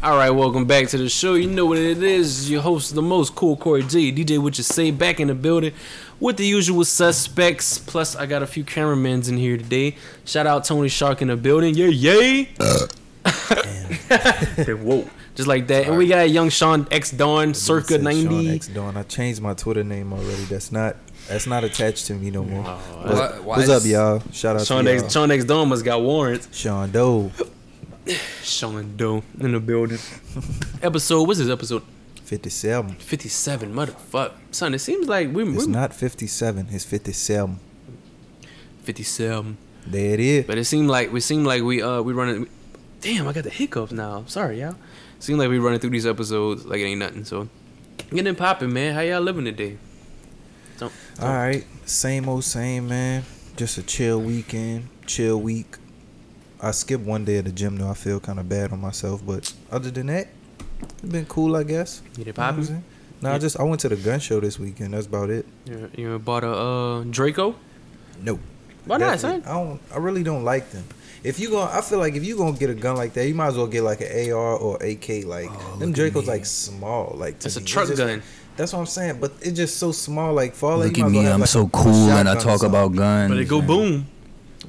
All right, welcome back to the show. You know what it is. Your host, the most cool Corey J. DJ, what you say, back in the building with the usual suspects. Plus, I got a few cameramans in here today. Shout out Tony Shark in the building. Yeah, yay. Whoa. Just like that. And we got young Sean X Dawn, circa It says Sean 90. X Dawn. I changed my Twitter name already. That's not that's not attached to me no more. Why- why What's is- up, y'all? Shout out Sean to y'all. X, Sean X Dawn must got warrants. Sean Doe, Sean Doe in the building. episode, what's this episode? 57. 57, motherfuck. Son, it seems like we- It's we're not 57. It's 57. 57. There it is. But it seemed like we seemed like we uh we running. Damn, I got the hiccups now. I'm sorry, y'all. Seemed like we running through these episodes like it ain't nothing. So getting popping, man. How y'all living today? So, so- All right. Same old same, man. Just a chill weekend. Chill week. I skipped one day at the gym though. I feel kind of bad on myself, but other than that, it's been cool, I guess. You did know what I'm popping? saying? No, Yeah. I just I went to the gun show this weekend. That's about it. You, you bought a uh, Draco? No. Why not, Definitely. I don't. I really don't like them. If you going I feel like if you gonna get a gun like that, you might as well get like an AR or AK. Like Oh, them Dracos, like small. Like to It's a me. truck just- gun. That's what I'm saying. But it's just so small. Like for all that, Look you at might as well me, have, I'm like, so a cool and I shotgun or talk something. about guns. But it go man. boom.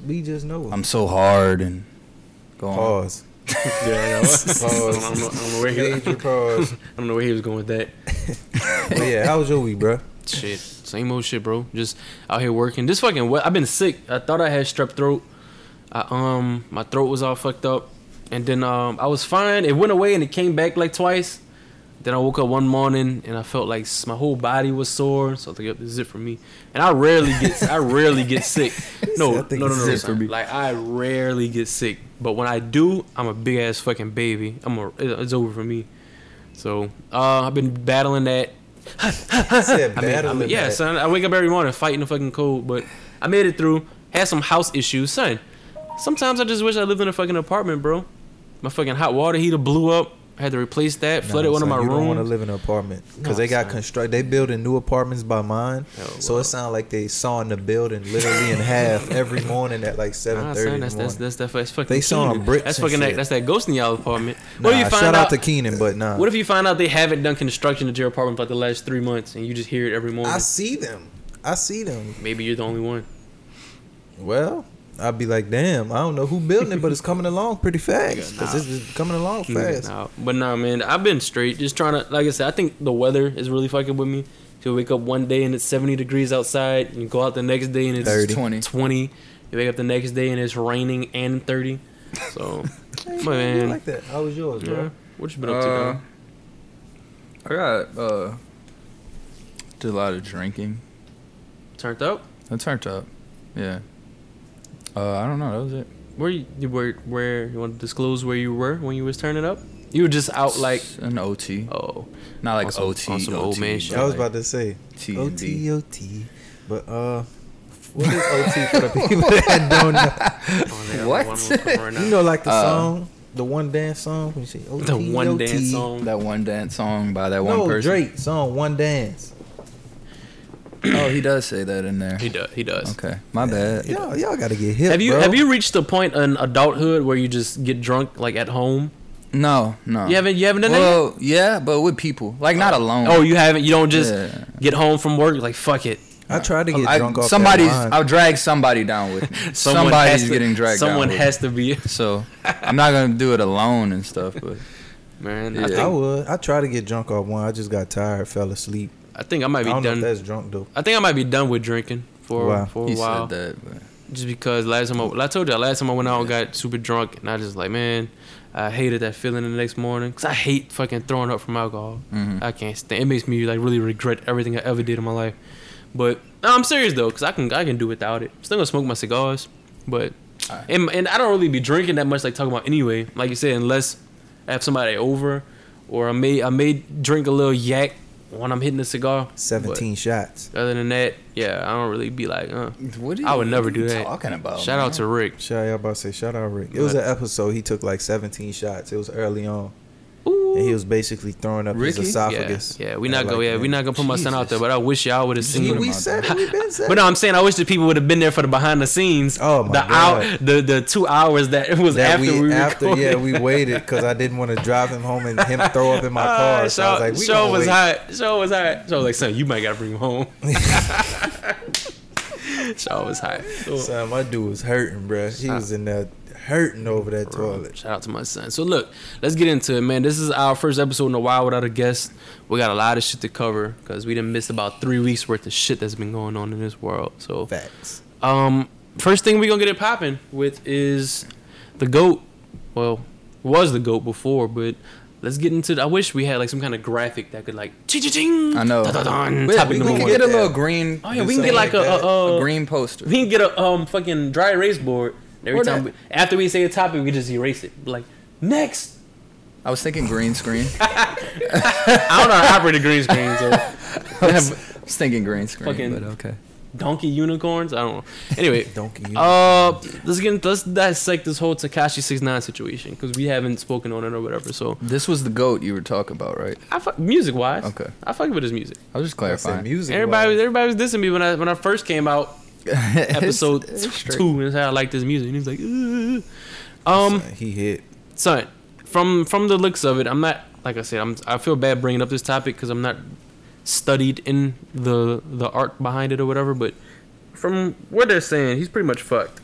We just know. I'm so hard and go on. pause. Yeah, Pause. I don't know- I don't know where he- Major pause. I don't know where he was going with that. But yeah, how was your week, bro? Shit, same old shit, bro. Just out here working. This fucking wet. I've been sick. I thought I had strep throat. I um, my throat was all fucked up, and then um, I was fine. It went away and it came back like twice. Then I woke up one morning and I felt like s- my whole body was sore. So I think this is it for me. And I rarely get, I rarely get sick. No, I no, think no, no, this is no, it son. Like I rarely get sick, but when I do, I'm a big ass fucking baby. I'm a, it's over for me. So uh, I've been battling that Said I mean, I battle mean, it yeah, back. son. I wake up every morning fighting the fucking cold, but I made it through. Had some house issues, son. Sometimes I just wish I lived in a fucking apartment, bro. My fucking hot water heater blew up. I had to replace that. Nah, flooded one son, of my you don't want to rooms. live in an apartment because No, they got son. construct. They building new apartments by mine, Oh, so wow. it sounds like they sawing the building literally in half every morning at like Nah, seven thirty. son, that's, that's, that's, that's, that's fucking. They sawing Keenan. bricks That's and fucking that, shit. that's that ghost in y'all apartment. nah, What if you find shout out? out to Keenan, but nah. what if you find out they haven't done construction at your apartment for like the last three months and you just hear it every morning? I see them. I see them. Maybe you're the only one. Well, I'd be like, damn, I don't know who building it, but it's coming along pretty fast. Cause it's just coming along fast. Nah, but nah, man, I've been straight. Just trying to, like I said, I think the weather is really fucking with me. You wake up one day and it's 70 degrees outside, and you go out the next day and it's 30. 20. 20. You wake up the next day and it's raining and 30. So, Hey, my you man. like that? How was yours, bro? yeah. What you been up to, Uh, dog? I got uh did a lot of drinking. Turned up? I turned up. Yeah. Uh I don't know, that was it. Where you, you were, where, you want to disclose where you were when you was turning up? You were just out like, an OT. oh, Not like on some- OT. on some OT, old man shit. I was about to say T and OT D. OT, but uh, what is OT for the people that don't know? oh, they got What? one more coming right now. You know, like the Uh, song, the one dance song. When you say OT, the one OT. dance song. That one dance song by that No, one person. Drake song, one dance. Oh, he does say that in there. He does. He does. Okay. My bad. Y'all, y'all gotta get hip. Have you bro. have you reached the point in adulthood where you just get drunk like at home? No, no. You haven't you haven't done that. Well, yeah, but with people. Like not alone. yet? Oh, you haven't. You don't just Yeah. get home from work like fuck it. I tried to get I- drunk off that somebody's wine. I'll drag somebody down with me. has somebody's to- getting dragged Someone down. has to be. to. So I'm not gonna do it alone and stuff, but Man, Yeah. I I think would. I tried to get drunk off one. I just got tired, fell asleep. I think I I might be don't know if done. that's drunk though. I think I might be done with drinking for Wow. for a he while. said that. But. Just because last time I, I told you last time I went out and got super drunk and I just like man, I hated that feeling the next morning because I hate fucking throwing up from alcohol. Mm. Mhm. I can't stand. It makes me like really regret everything I ever did in my life. But no, I'm serious though, cause I can I can do without it. Still gonna smoke my cigars, but Alright. and and I don't really be drinking that much like talking about anyway. Like you said, unless I have somebody over, or I may I may drink a little yak when I'm hitting a cigar. but Seventeen shots. other than that, yeah, I don't really be like. Uh. What I would never do that. Talking Oh, about. Shout out to Rick. Shout out, about to say shout out Rick. It was Right. an episode. He took like seventeen shots. It was early on. Ooh, and he was basically throwing up Ricky? his Yeah, esophagus. yeah, we I not was go. like, Yeah, we man, not gonna put my son out there. Jesus. But I wish y'all would have See, seen. we said it, we been said But no, it. I'm saying I wish the people would have been there for the behind the scenes. Oh, my the God. the the two hours that it was that after we, we, after recorded. yeah we waited because I didn't want to drive him home and him throw up in my car. so I was like, we Ah, show gonna was wait. hot. Show was hot. So I was like, son, you might gotta bring him home. show was hot. So- Son, my dude was hurting, bruh. Ah. He was in there hurting over that toilet. Shout out to my son. So look, let's get into it, man. This is our first episode in a while without a guest. We got a lot of shit to cover because we didn't miss about three weeks worth of shit that's been going on in this world. So Facts. Um, first thing we gonna get it popping with is the goat. Well, was the goat before, but let's get into. The, I wish we had like some kind of graphic that could like ching I know. We- Topic we number can one. get a Yeah. little green. Oh yeah, do we can get something like, like a, that. a, a a green poster. We can get a um fucking dry erase board. Every Or time we, that. after we say a topic, we just erase it. Like next, I was thinking green screen. I don't know how to operate a green screen. So I was thinking green screen, Fucking- but okay. donkey unicorns. I don't know. Anyway, Donkey. Uh, let's get let's dissect this whole Takashi Six Nine situation because we haven't spoken on it or whatever. So This was the goat you were talking about, right? I fuck music wise. Okay. I fuck with his music. I was just I said clarifying. music. Everybody, was, wise. everybody was dissing me when I when I first came out It's- episode it's straight. two and said I like this music. And he's like, Ugh. um, Son, he hit. son, from from the looks of it, I'm not like I said. I'm I feel bad bringing up this topic because I'm not studied in the the art behind it or whatever. But from what they're saying, he's pretty much fucked.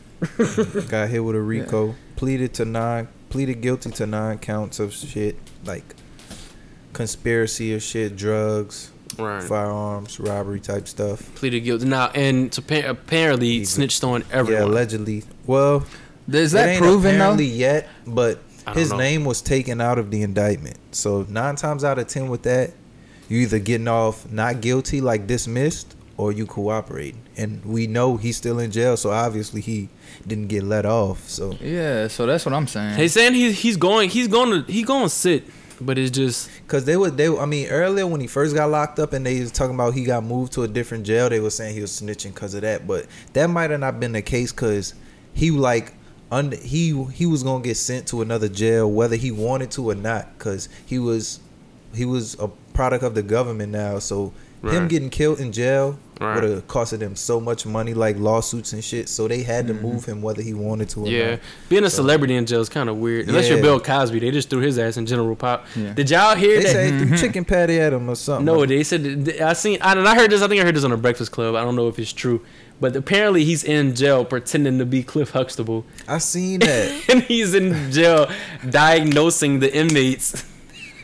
Got hit with a Rico. Pleaded to nine. Pleaded guilty to nine counts of shit like conspiracy of shit, drugs, Right. firearms, robbery type stuff. Pleaded guilty now, and to pa- apparently He's- snitched on Yeah, everyone. allegedly. Well, Is it that ain't proven though? apparently yet, but I don't his know. name was taken out of the indictment. So nine times out of ten with that, you either getting off not guilty, like dismissed, or you cooperating. And we know he's still in jail, so obviously he didn't get let off. So Yeah, so that's what I'm saying. They saying he's he's going he's going to he's going to sit, but it's just because they were they, were- I mean, earlier when he first got locked up and they was talking about he got moved to a different jail, they were saying he was snitching because of that. But that might have not been the case because he like. Under, he he was gonna get sent to another jail whether he wanted to or not because he was he was a product of the government now. So him Right. getting killed in jail Right. would have costed them so much money, like lawsuits and shit. So they had to move him whether he wanted to. or yeah. not. Being a celebrity in jail is kind of weird. Unless you're Yeah. Bill Cosby, they just threw his ass in General Pop. Yeah. Did y'all hear They that? say threw chicken patty at him or something. no, they said that- I seen I, and I heard this. I think I heard this on a Breakfast Club. I don't know if it's true, but apparently he's in jail pretending to be Cliff Huxtable, I seen that. and he's in jail diagnosing the inmates.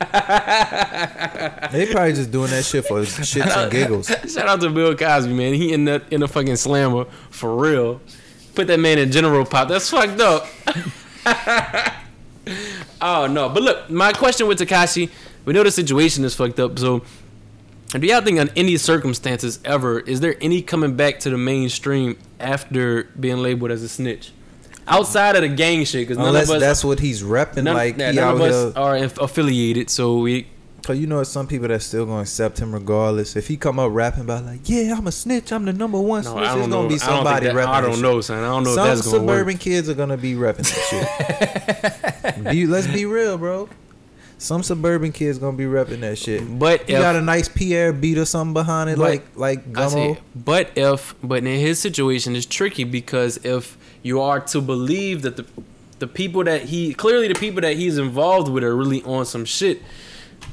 They probably just doing that shit for shits and giggles. Shout out to Bill Cosby, man. He in the in the fucking slammer for real. Put that man in general pop. That's fucked up. oh no. But look, my question with Takashi, we know the situation is fucked up, so do y'all think on any circumstances ever, is there any coming back to the mainstream after being labeled as a snitch? Outside of the gang shit, because none Unless of us, that's what he's repping, none, like yeah, he none out of here. us are inf- affiliated, so we Cause you know, it's some people that's still gonna accept him regardless. If he come up rapping about like, "Yeah, I'm a snitch, I'm the number one no, snitch," I there's don't know. gonna be somebody I don't, think that, repping. I that don't shit. know, son. I don't know Some if that's gonna work. suburban kids are gonna be repping that shit. be, let's be real, bro. Some suburban kids gonna be repping that shit. But You if- got a nice Pierre beat or something behind it, But- like like I see. Gummo. But if, but in his situation, it's tricky because if you are to believe that the the people that he clearly the people that he's involved with are really on some shit.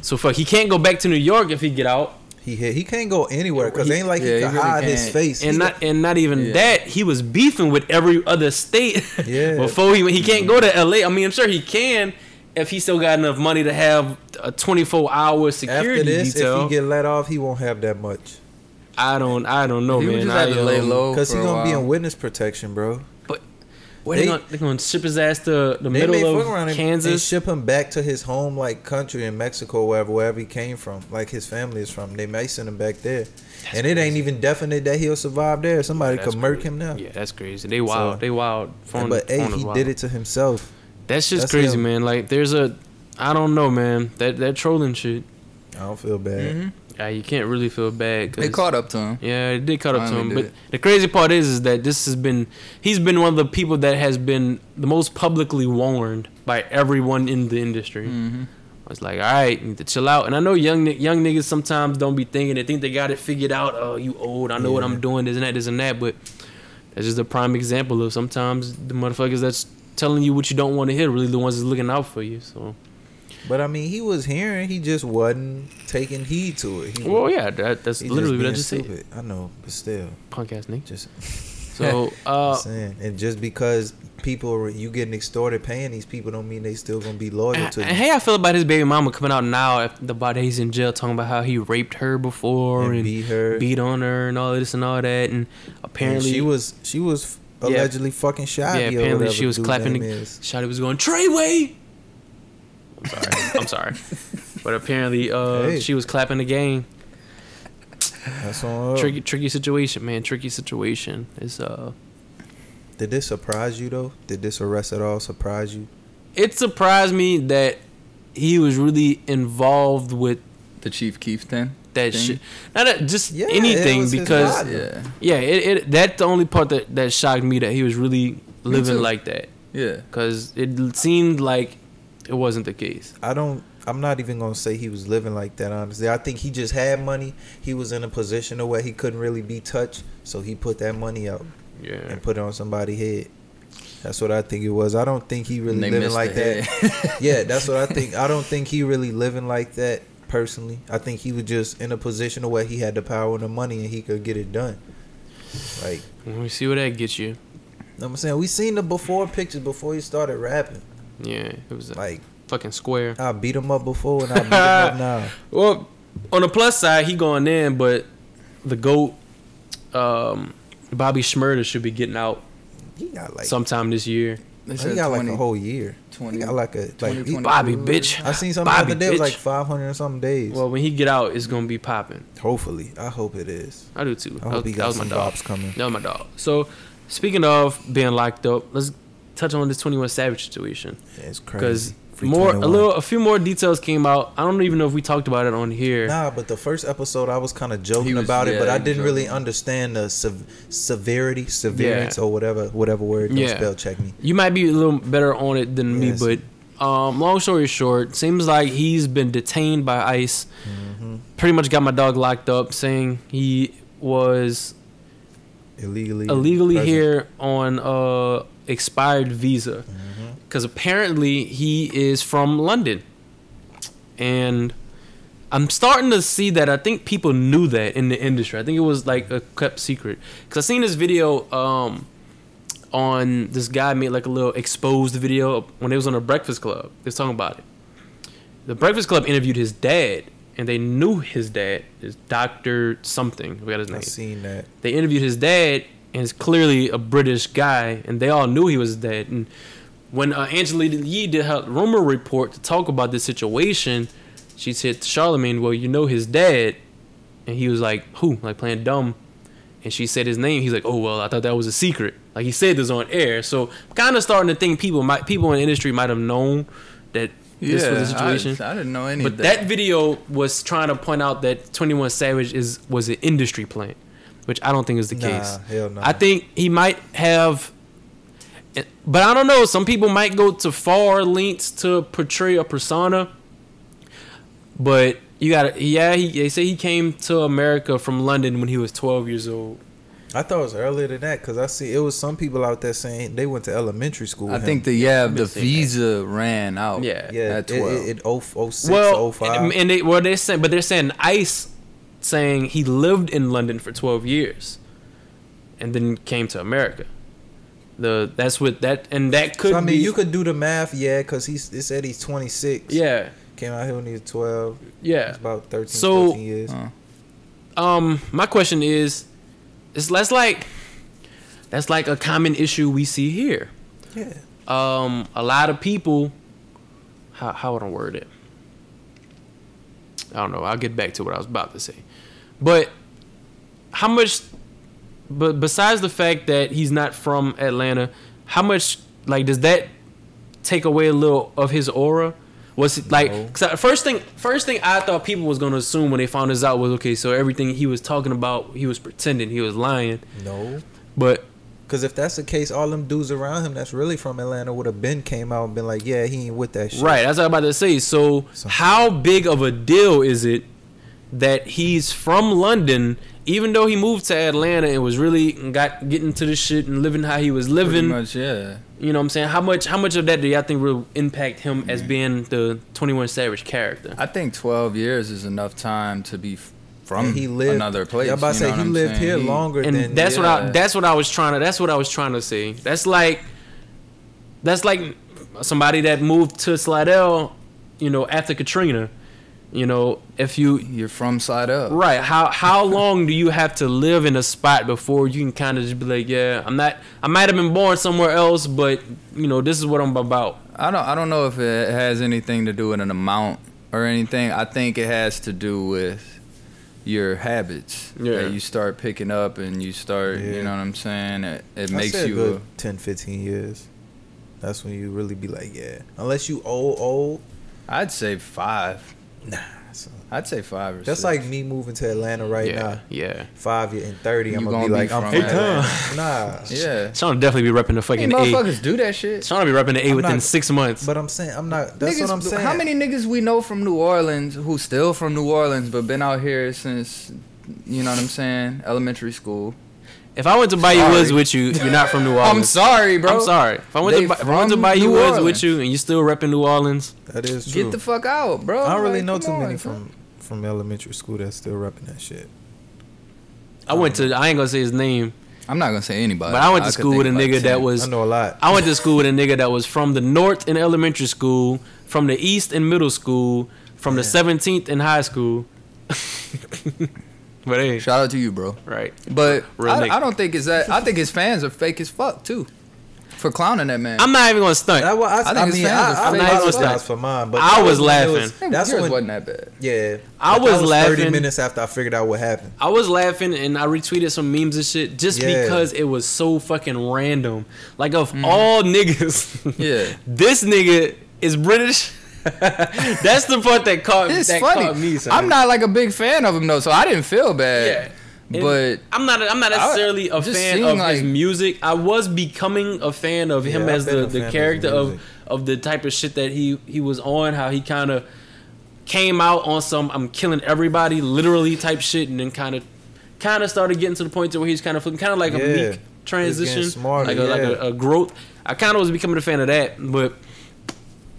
So fuck, he can't go back to New York if he get out, He hit. He can't go anywhere because He- ain't like yeah, he he can really hide his can't. face. and He- not and not even Yeah. that he was beefing with every other state Yeah. before he he can't go to L.A. I mean, I'm sure he can if he still got enough money to have a 24 hour security after this, detail. if he get let off, he won't have that much. I don't, I don't know, He would man. just I, have to lay um, low Because for he's a gonna be while. in witness protection, bro. But where they, They- gonna, they gonna ship his ass to the They may middle fuck of around and, and Kansas? ship him back to his home, like country in Mexico, wherever wherever he came from, like his family is from. They may send him back there, and it ain't even definite that he'll survive there. Somebody Yeah, could that's murk crazy. him now. Yeah, that's crazy. They wild. So- they wild. Phone, but hey, phone is he wild. did it to himself. That's just That's crazy, him. man. Like there's a, I don't know, man. That that trolling shit. I don't feel bad. Mhm. Yeah, you can't really feel bad. 'cause- They caught up to him. Yeah, it did cut up to Finally him. did But it. the crazy part is, is that this has been he's been one of the people Mm. Mm-hmm. that has been the most publicly warned by everyone in the industry. was like, all right, you need to chill out. And I know young ni- young niggas sometimes don't be thinking. They think they got it figured out. Oh, you old. I know what Yeah. I'm doing. This and that. This and that. But that's just a prime example of sometimes the motherfuckers that's telling you what you don't want to hear really the ones that's looking out for you. So. Mm-hmm. But I mean, he was hearing. He just wasn't taking heed to it. He, Well, yeah, that, that's he just literally what I being just said. stupid. I know, but still, Punk ass nigga. just So, I'm uh, saying. And just because people are, you getting extorted paying these people don't mean they still gonna be loyal and, to you. and how I feel about his baby mama coming out now after the body he's in jail talking about how he raped her before and, and beat her. beat on her and all this and all that and And apparently she was she was Yeah. allegedly fucking yeah shy. apparently she was clapping Name the, is. Shotty was going Treyway. I'm sorry, I'm sorry, but apparently uh, Hey. she was clapping the game. That's on her. Tricky, tricky situation, man. Tricky situation. It's uh. Did this surprise you though? Did this arrest at all surprise you? it surprised me that he was really involved with The Chief Keef thing. that Thing? shit. Not that, just Yeah, it anything was his because body. Yeah. yeah, it, it that's the only part that that shocked me that he was really living too. like that Yeah. because it seemed like it wasn't the case. I don't. I'm not even gonna say he was living like that. Honestly, I think he just had money. He was in a position of where he couldn't really be touched, so he put that money out Yeah, and put it on somebody's head. That's what I think it was. I don't think he really And they living missed like the that. head. yeah, that's what I think. I don't think he really living like that personally. I think he was just in a position of where he had the power and the money and he could get it done. Like let me see where that gets you. know what I'm saying, we seen the before pictures before he started rapping. Yeah, it was a Like fucking square. I beat him up before and I beat him up now. Well, on the plus side, he going in, but the goat, um, Bobby Schmurda should be getting out He got like sometime this year. They he said got 20 like a whole year. 20 he got like a like. he- 20, Bobby, 22. bitch. I seen something the Bobby, other day it was bitch. like 500 and something days. Well, when he get out, it's gonna be popping. hopefully, I hope it is. I do too. I that, hope he was- got that was my some dog. bops coming. That was my dog. So, speaking of being locked up, let's touch on this Twenty One Savage situation Yeah, it's because crazy. Free more a 21. little a few more details came out. I don't even know if we talked about it on here. Nah, but the first episode I was kind of joking He was- about it, but yeah, I he was didn't really joking. understand the sev- severity, severance, or whatever, whatever word. Don't Yeah. spell check me. You might be a little better on it than Yes. me, but um, long story short, seems like he's been detained by ICE. Pretty much got my dog locked up, saying he was Illegally. illegally present. here on uh expired visa because apparently he is from london and i'm starting to see that i think people knew that in the industry i think it was like a kept secret because i seen this video um on this guy made like a little exposed video when it was on the breakfast club they was talking about it the breakfast club interviewed his dad and they knew his dad is dr something we got his I name seen that. they interviewed his dad, and it's clearly a British guy, and they all knew he was dead. And when uh, Angelina Yee did her rumor report to talk about this situation, she said to Charlemagne, "Well, you know his dad," and he was like, "Who?" Like playing dumb. And she said his name. He's like, "Oh well, I thought that was a secret." Like he said this on air, so kind of starting to think people might people in the industry might have known that this yeah, was the situation. I, I didn't know any But of that video was trying to point out that Twenty One Savage is was an industry plant, which I don't think is the Nah, case. hell no. I think he might have, but I don't know. Some people might go to far lengths to portray a persona, but you got to yeah. He, they say he came to America from London when he was twelve years old. I thought it was earlier than that because I see it was some people out there saying they went to elementary school. I think the yeah the say that. visa ran out. Yeah. yeah, at it, twelve. it, it, oh- oh six, oh well, five. and, and they well they're saying, but they're saying ICE saying he lived in London for twelve years, and then came to America. The that's what that and that could So, I mean, be you could do the math, yeah, because he it said he's 26. yeah Came out here when he was 12. yeah. It's about 13, So- uh, 14 years. Huh. Um, my question is, it's that's like that's like a common issue we see here. Yeah. um, a lot of people. How how would I word it? I don't know. I'll get back to what I was about to say, but how much? But besides the fact that he's not from Atlanta, how much like does that take away a little of his aura? Was it like No. 'cause I- first thing? First thing I thought people was gonna assume when they found this out was okay. So everything he was talking about, he was pretending, he was lying. No. But Cause if that's the case, all them dudes around him that's really from Atlanta would have been came out and been like, yeah, he ain't with that shit. Right, that's what I'm about to say. So, So- how big of a deal is it that he's from London, even though he moved to Atlanta and was really got getting to the shit and living how he was Pretty living? much, yeah. You know what I'm saying? How much how much of that do y'all think will impact him as being the 21 Savage character? I think 12 years is enough time to be f- from And he lived another place. Yeah, I'm about to you say know he what I'm lived saying? here He- longer and than that's what I yeah. that's what I was trying to that's what I was trying to say. That's like that's like somebody that moved to Slidell, you know, after Katrina. You know, if you You're from side up. Right. How how long do you have to live in a spot before you can kind of just be like, yeah, I'm not. I might have been born somewhere else, but you know, this is what I'm about. I don't I don't know if it has anything to do with an amount or anything. I think it has to do with your habits Yeah. that you start picking up and you start, Yeah. you know what I'm saying? It, it I makes said you good 10, 15 years. That's when you really be like, yeah. Unless you old, old. I'd say 5. Nah. son. I'd say 5 or 6. That's like me moving to Atlanta right yeah. now. Yeah. Five year and thirty, You I'm gonna gonna be be like, I'm from from Atlanta. Atlanta. Nah. yeah. Sean will definitely be repping the Hey, fucking A. motherfuckers do that shit. Sean will be repping the A I'm within not- six months. But I'm saying I'm not. That's niggas, what I'm saying. How many niggas we know from New Orleans who still from New Orleans but been out here since, you know what I'm saying, elementary school? if I went to Bayou Sorry. Woods with you, you're not from New Orleans. I'm sorry, bro. I'm sorry. If I went, They to, Ba- if I went to from Bayou New Woods Orleans. with you and you still repping New Orleans, That is true. Get the fuck out, bro. I don't really Like, know come too many on, from from elementary school that's still repping that shit. I went to. I ain't gonna say his name, I'm not gonna say anybody. but I went to could school with a think of nigga like that 10. was I know a lot. I went to school with a nigga that was from the north in elementary school, from the east in middle school, from the seventeenth in high school. but hey, Shout out to you, bro. right? But Real I, nigga. I don't think it's that. I think his fans are fake as fuck too, for clowning that man. I'm not even gonna stunt. I, I, I, think his mean, fans I, are I fake as fuck. apologize for mine, but I that was when it laughing. Hey, that's yours when, wasn't that bad. yeah. I But was that Thirty laughing. minutes after I figured out what happened. I was laughing and I retweeted some memes and shit just Yeah. because it was so fucking random. Like of all niggas, Yeah. this nigga is British. That's the part that caught, It's that funny. caught me. son. I'm not like a big fan of him though, so I didn't feel bad. And But I'm not. I'm not I- necessarily a just fan seeing, of like- his music. I was becoming a fan of him Yeah, as I've the, been a fan of the his character of music. of the type of shit that he he was on. How he kind of came out on some I'm killing everybody literally type shit, and then kind of kind of started getting to the point to where he's kind of flipping, kind of like Yeah. a meek transition, He's getting smarter, like a, like yeah. a, a growth. I kind of was becoming a fan of that, but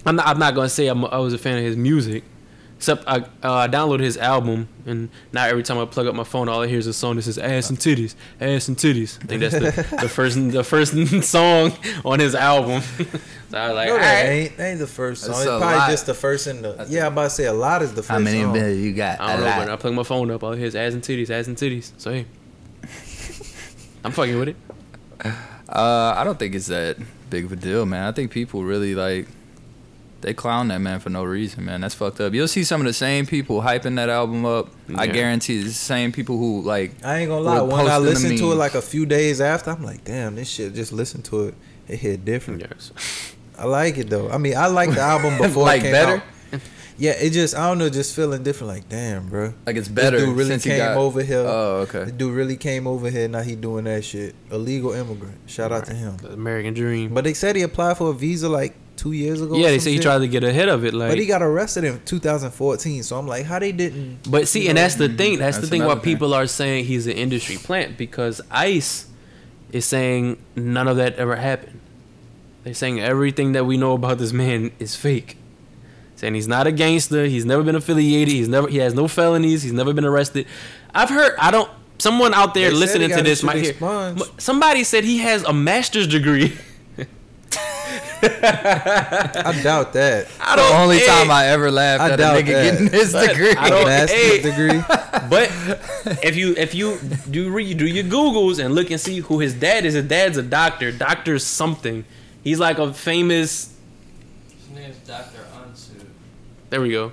I'm not. I'm not gonna say I'm, I was a fan of his music. Except I, uh, I downloaded his album, and now every time I plug up my phone, all I hear is a song that says "ass and titties, ass and titties." I think that's the, the first the first song on his album. so I was like, No, all that eh? right. ain't, that ain't the first song. That's It's a probably lot. just the first in the. Yeah, I'm about to say a lot is the first. song. you got? I don't know, but I plug my phone up, all I hear is "ass and titties, ass and titties." So hey, I'm fucking with it. Uh, I don't think it's that big of a deal, man. I think people really like they clown that man for no reason, man. That's fucked up. You'll see some of the same people hyping that album up. I Yeah. guarantee it's the same people who like I ain't gonna lie. We'll When I post it in the listened to it memes. like a few days after, I'm like, damn, this shit. Just listen to it. It hit different. Yes. I like it though. I mean, I like the album before Like it came better? out. Yeah, it just I don't know, just feeling different. Like, damn, bro. like it's better This dude really since came he got over here. Oh, The okay. dude really came over here. Now he doing that shit. Illegal immigrant. Shout out to him. The American Dream. But they said he applied for a visa like two years ago. or yeah, they some say he shit. tried to get ahead of it, like. But he got arrested in 2014. So I'm like, how they didn't? But see, and that's the thing. That's, the That's thing why another thing. people are saying he's an industry plant because ICE is saying none of that ever happened. They're saying everything that we know about this man is fake. Saying he's not a gangster. He's never been affiliated. He's never. He has no felonies. He's never been arrested. I've heard. I don't. Someone out there They said listening he got to his this shit might hear. expunged. Somebody said he has a master's degree. I doubt that. I the don't. only hey, time I ever laughed I at a doubt nigga that. getting his But degree. I don't- Master's hey. degree. But if you if you do re, do your googles and look and see who his dad is, his dad's a doctor, doctor something. He's like a famous. His name's Dr. Unsu. There we go.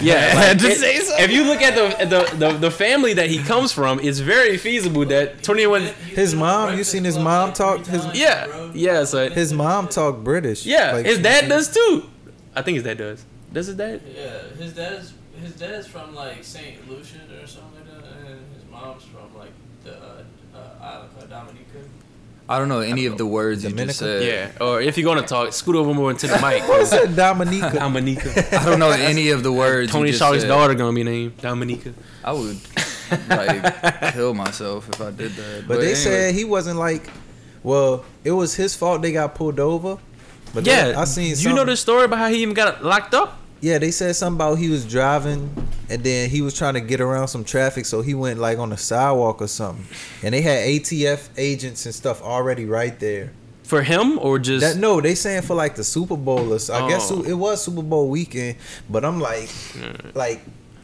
yeah, I had to It- say something. If you look at the, at the the the family that he comes from, it's very feasible that twenty one. His mom, you seen his mom talk? His- Yeah, yeah. So His mom talk British. yeah, Like, his dad does too. I think his dad does. Does his dad? Yeah, his dad is his dad is from like Saint Lucia or something like that, and his mom's from like the uh, uh, island called Dominica. I don't know any of the words you Dominican? just said. Yeah, or if you're gonna talk, scoot over more into the mic. What is that, Dominica? Dominica. I don't know any of the words. Tony you just Shaw's said. daughter gonna be named Dominica. I would like kill myself if I did that. But, they anyway. said he wasn't like, well, it was his fault they got pulled over. But they- yeah, I seen. you know something- the story about how he even got locked up. Yeah, they said something about he was driving and then he was trying to get around some traffic, so he went like on the sidewalk or something. And they had ATF agents and stuff already right there. For him or just That no, they saying for like the Super Bowl or so. I guess Oh. it was Super Bowl weekend, but I'm like, Uh, like.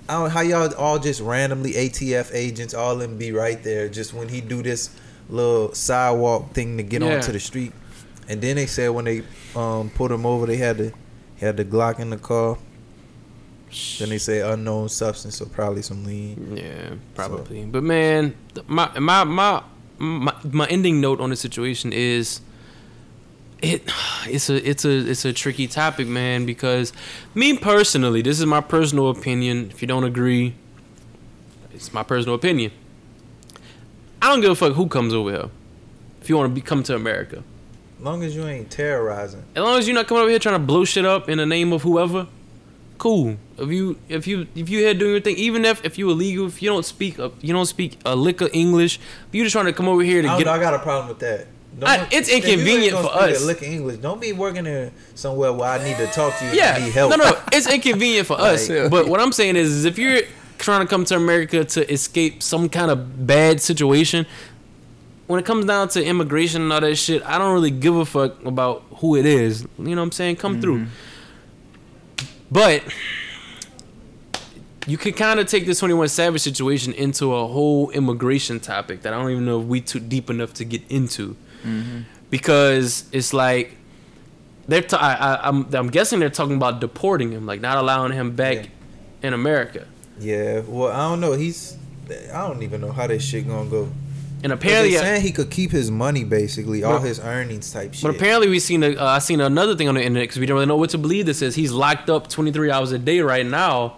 I don't, how y'all all just randomly ATF agents all them be right there just when he do this little sidewalk thing to get Yeah. onto the street, and then they said when they um pulled him over they had the had the Glock in the car. Then they say unknown substance, so probably some lean. Yeah, probably. But man, th- my, my my my my ending note on the situation is it it's a it's a it's a tricky topic, man, because me personally, this is my personal opinion. If you don't agree, it's my personal opinion. I don't give a fuck who comes over here. If you want to be, come to America, Long as you ain't terrorizing. as long as you're not coming over here trying to blow shit up in the name of whoever, cool. If you if you if you here doing your thing, even if if you illegal, if you don't speak a, you don't speak a lick of English, if you just trying to come over here to I, don't get know, I got a problem with that. Don't- I- it's if you ain't inconvenient gonna for speak a us. lick of English. Don't be working in somewhere where I need to talk to you. yeah, Yeah, need help. no, no, it's inconvenient for us. Like- But what I'm saying is, is if you're trying to come to America to escape some kind of bad situation. When it comes down to immigration and all that shit, I don't really give a fuck about who it is. You know what I'm saying? Come through. Mm-hmm. But you could kind of take this 21 Savage situation into a whole immigration topic that I don't even know if we too deep enough to get into. Mm-hmm. Because it's like they're ta- I, I, I'm I'm guessing they're talking about deporting him, like not allowing him back Yeah. in America. Yeah, well, I don't know. He's, I don't even know how this shit gonna go. 'Cause And They apparently, uh, saying he could keep his money basically, all But- his earnings type shit. but apparently we seen a, uh, I seen another thing on the internet because we don't really know what to believe. That says he's locked up 23 hours a day right now,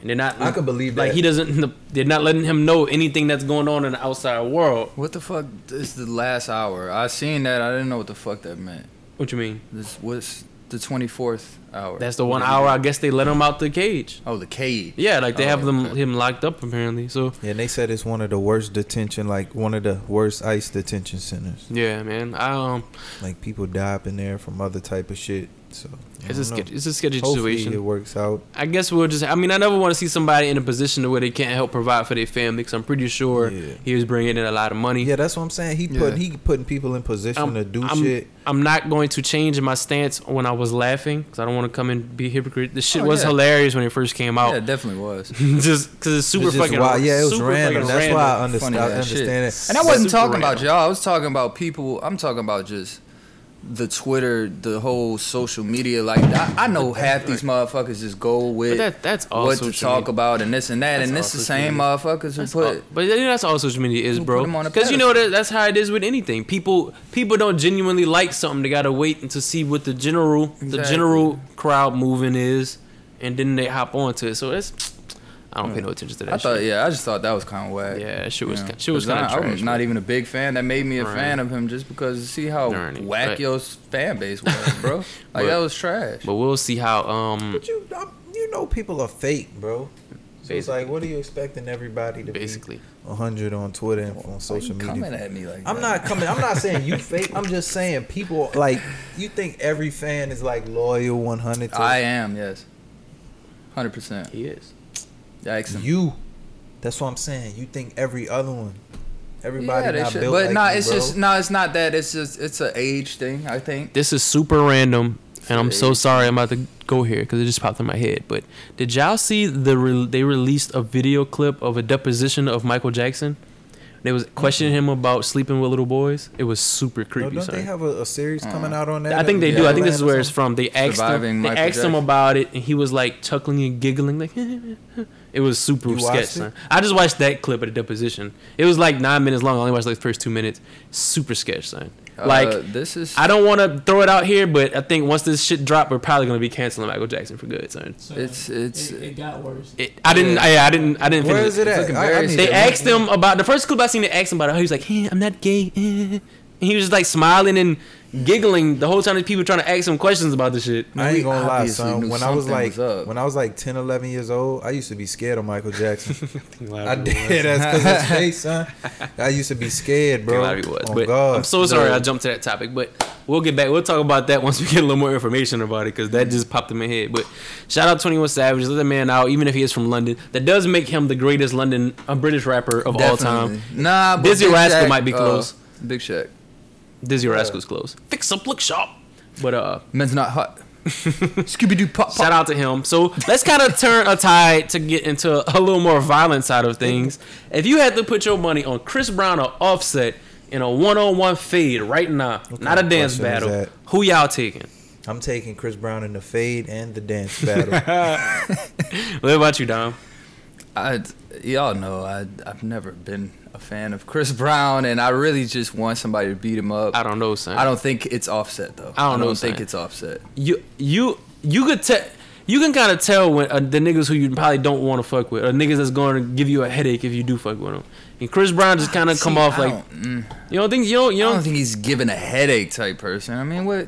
and they're not. I could believe like that. he doesn't. They're not letting him know anything that's going on in the outside world. What the fuck is the last hour? I seen that. I didn't know what the fuck that meant. What you mean? This what's the twenty fourth hour. That's the one hour I guess they let him out the cage. Oh, the cage. Yeah, like they Oh, have them okay. him locked up apparently. So yeah, and they said it's one of the worst detention, like one of the worst ICE detention centers. yeah, man. I, um, Like people die up in there from other type of shit. So it's I a don't know. sketch, it's a sketchy Hopefully situation. it works out. I guess we'll just. I mean, I never want to see somebody in a position to where they can't help provide for their family. Because I'm pretty sure Yeah. he was bringing in a lot of money. Yeah, that's what I'm saying. He put Yeah. he putting people in position I'm, to do I'm- shit. I'm not going to change my stance when I was laughing because I don't want to come and be hypocrite. This shit Oh, was yeah. hilarious when it first came Yeah, it out. definitely was. just because it's super It's just fucking. wild. Yeah, it was super random. fucking That's random. why I, underst- Funny I ass shit. understand it. And I wasn't Super talking about random. y'all. I was talking about people. I'm talking about just the Twitter, the whole social media. Like I, I know half these motherfuckers just go But with that- that's all what to social talk media. about and this and that, That's and all it's the social same media. motherfuckers who That's put. all- Uh, but yeah, that's all social media is, Who put bro. them on a Because you know that that's how it is with anything. People people don't genuinely like something. They gotta wait and to see what the general the Exactly. general crowd moving is, and then they hop onto it. So it's I don't pay no attention to that. Hmm. I thought, shit. yeah, I just thought that was kind of whack. Yeah, that shit was ki- Yeah. shit was 'Cause I- kind of trash. I'm not bro. even a big fan. That made me a Right. fan of him just because see how Right. whack But- your s- fan base was, bro. like But- that was trash. But we'll see how. Um, But you, i you know, people are fake, bro. So it's like, what are you expecting everybody to basically, be 100 on Twitter and on Why you social media? coming at me like I'm that? not coming. I'm not saying you fake. I'm just saying people like you think every fan is like loyal 100. To I am yes, hundred percent. he is. Yikes. him. you. That's what I'm saying. You think every other one, everybody they not should- built but like nah, you, it's bro. just no, it's not that. It's just it's an age thing. I think. This is super random, and I'm so Hey. sorry I'm about to go here because it just popped in my head. But did y'all see the re- they released a video clip of a deposition of Michael Jackson? They was questioning him about sleeping with little boys. It was super No, creepy. don't son. they have a, a series Uh, coming out on that? I think they Yeah. do. I think this is Atlanta where or it's from. They asked him, Surviving they Michael asked him Jackson. about it, and he was like chuckling and giggling. Like it was super You watched sketch. it? son. I just watched that clip of the deposition. It was like nine minutes long. I only watched like the first two minutes. Super sketch, son. Like Uh, this is I don't want to throw it out here, but I think once this shit drop, we're probably gonna be canceling Michael Jackson for good, son. So It's- it's- it, it got worse. It, I didn't. Yeah. I, I didn't. I didn't. something? Where finish is it It's at? looking I- I very need They to- asked him about the first clip I seen. They asked him about it. He was like, hey, "I'm not gay," eh. He was just like smiling and giggling the whole time that people trying to ask him questions about this shit. I we ain't gonna lie, obviously son. knew When I was something like, was up. when I was like 10, 11 years old, I used to be scared of Michael Jackson. I I did. That's because of his face, son. I used to be scared, bro. think Larry was, Oh, but God. I'm so sorry Bro. I jumped to that topic, but we'll get back. We'll talk about that once we get a little more information about it because that just popped in my head. But shout out 21 Savage, let that man out, even if he is from London. That does make him the greatest London uh, British rapper of all time. Definitely. Nah, but Dizzy Big Rascal Shaq, might be uh, close. Big Shack. Dizzy Rascal's clothes. Fix up, look sharp. But uh, Men's not hot. Scooby Doo pop shout pop. out to him. So let's kind of turn a tide to get into a little more violent side of things. If you had to put your money on Chris Brown or Offset in a one-on-one fade right now, not a kind of dance question is battle, that? who y'all taking? I'm taking Chris Brown in the fade and the dance battle. What about you, Dom? I, y'all know I, I've never been a fan of Chris Brown, and I really just want somebody to beat him up. I don't know, son. I don't think it's Offset though. I don't know, think son. it's Offset. You you you could tell. You can kind of tell when uh, the niggas who you probably don't want to fuck with, or niggas that's going to give you a headache if you do fuck with them. And Chris Brown just kind of come Ah, See, off I like don't, mm, you don't think you don't you I don't, don't think he's giving a headache type person. I mean, what?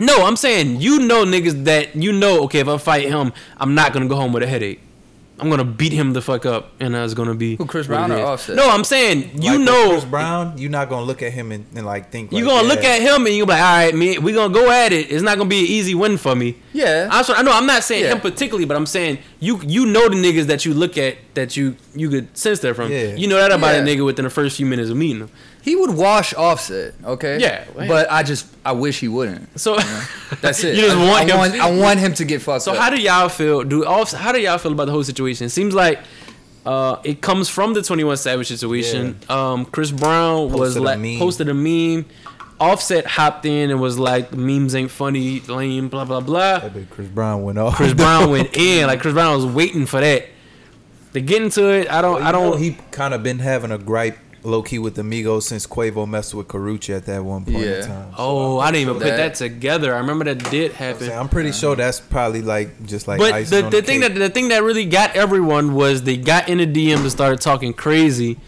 No, I'm saying you know niggas that you know. Okay, if I fight him, I'm not gonna go home with a headache. I'm gonna beat him the fuck up, and that's gonna be Who, Chris what it Brown or is. Offset? No, I'm saying you Like, with know Chris Brown. You're not gonna look at him and, and like think you like, gonna yeah, look at him and you gonna be like, all right, me, we gonna go at it. It's not gonna be an easy win for me. Yeah. I'm sorry, I know I'm not saying Yeah. him particularly, but I'm saying you you know the niggas that you look at that you you could sense that from. Yeah. You know that about a Yeah. nigga within the first few minutes of meeting him. He would wash Offset, okay? Yeah. But I just I wish he wouldn't. So That's it. you just I, want I him. Want, I want him to get fucked So up. how do y'all feel? Do off? How do y'all feel about the whole situation? It seems like uh, it comes from the Twenty One Savage situation. Um, Chris Brown was Posted a like meme. posted a meme. Offset hopped in and was like, "Memes ain't funny, lame, blah blah blah." That big Chris Brown went off. Chris Brown went in. Like Chris Brown was waiting for that. To get into it, I don't. I don't. He kind of been having a gripe low key with Amigos since Quavo messed with Carucci at that one point Yeah. in time. oh, I didn't even put That- that together. I remember that did happen. See, I'm pretty sure that's probably like just like But icing the, on the thing cake. that the thing that really got everyone was they got in the DMs and started talking crazy.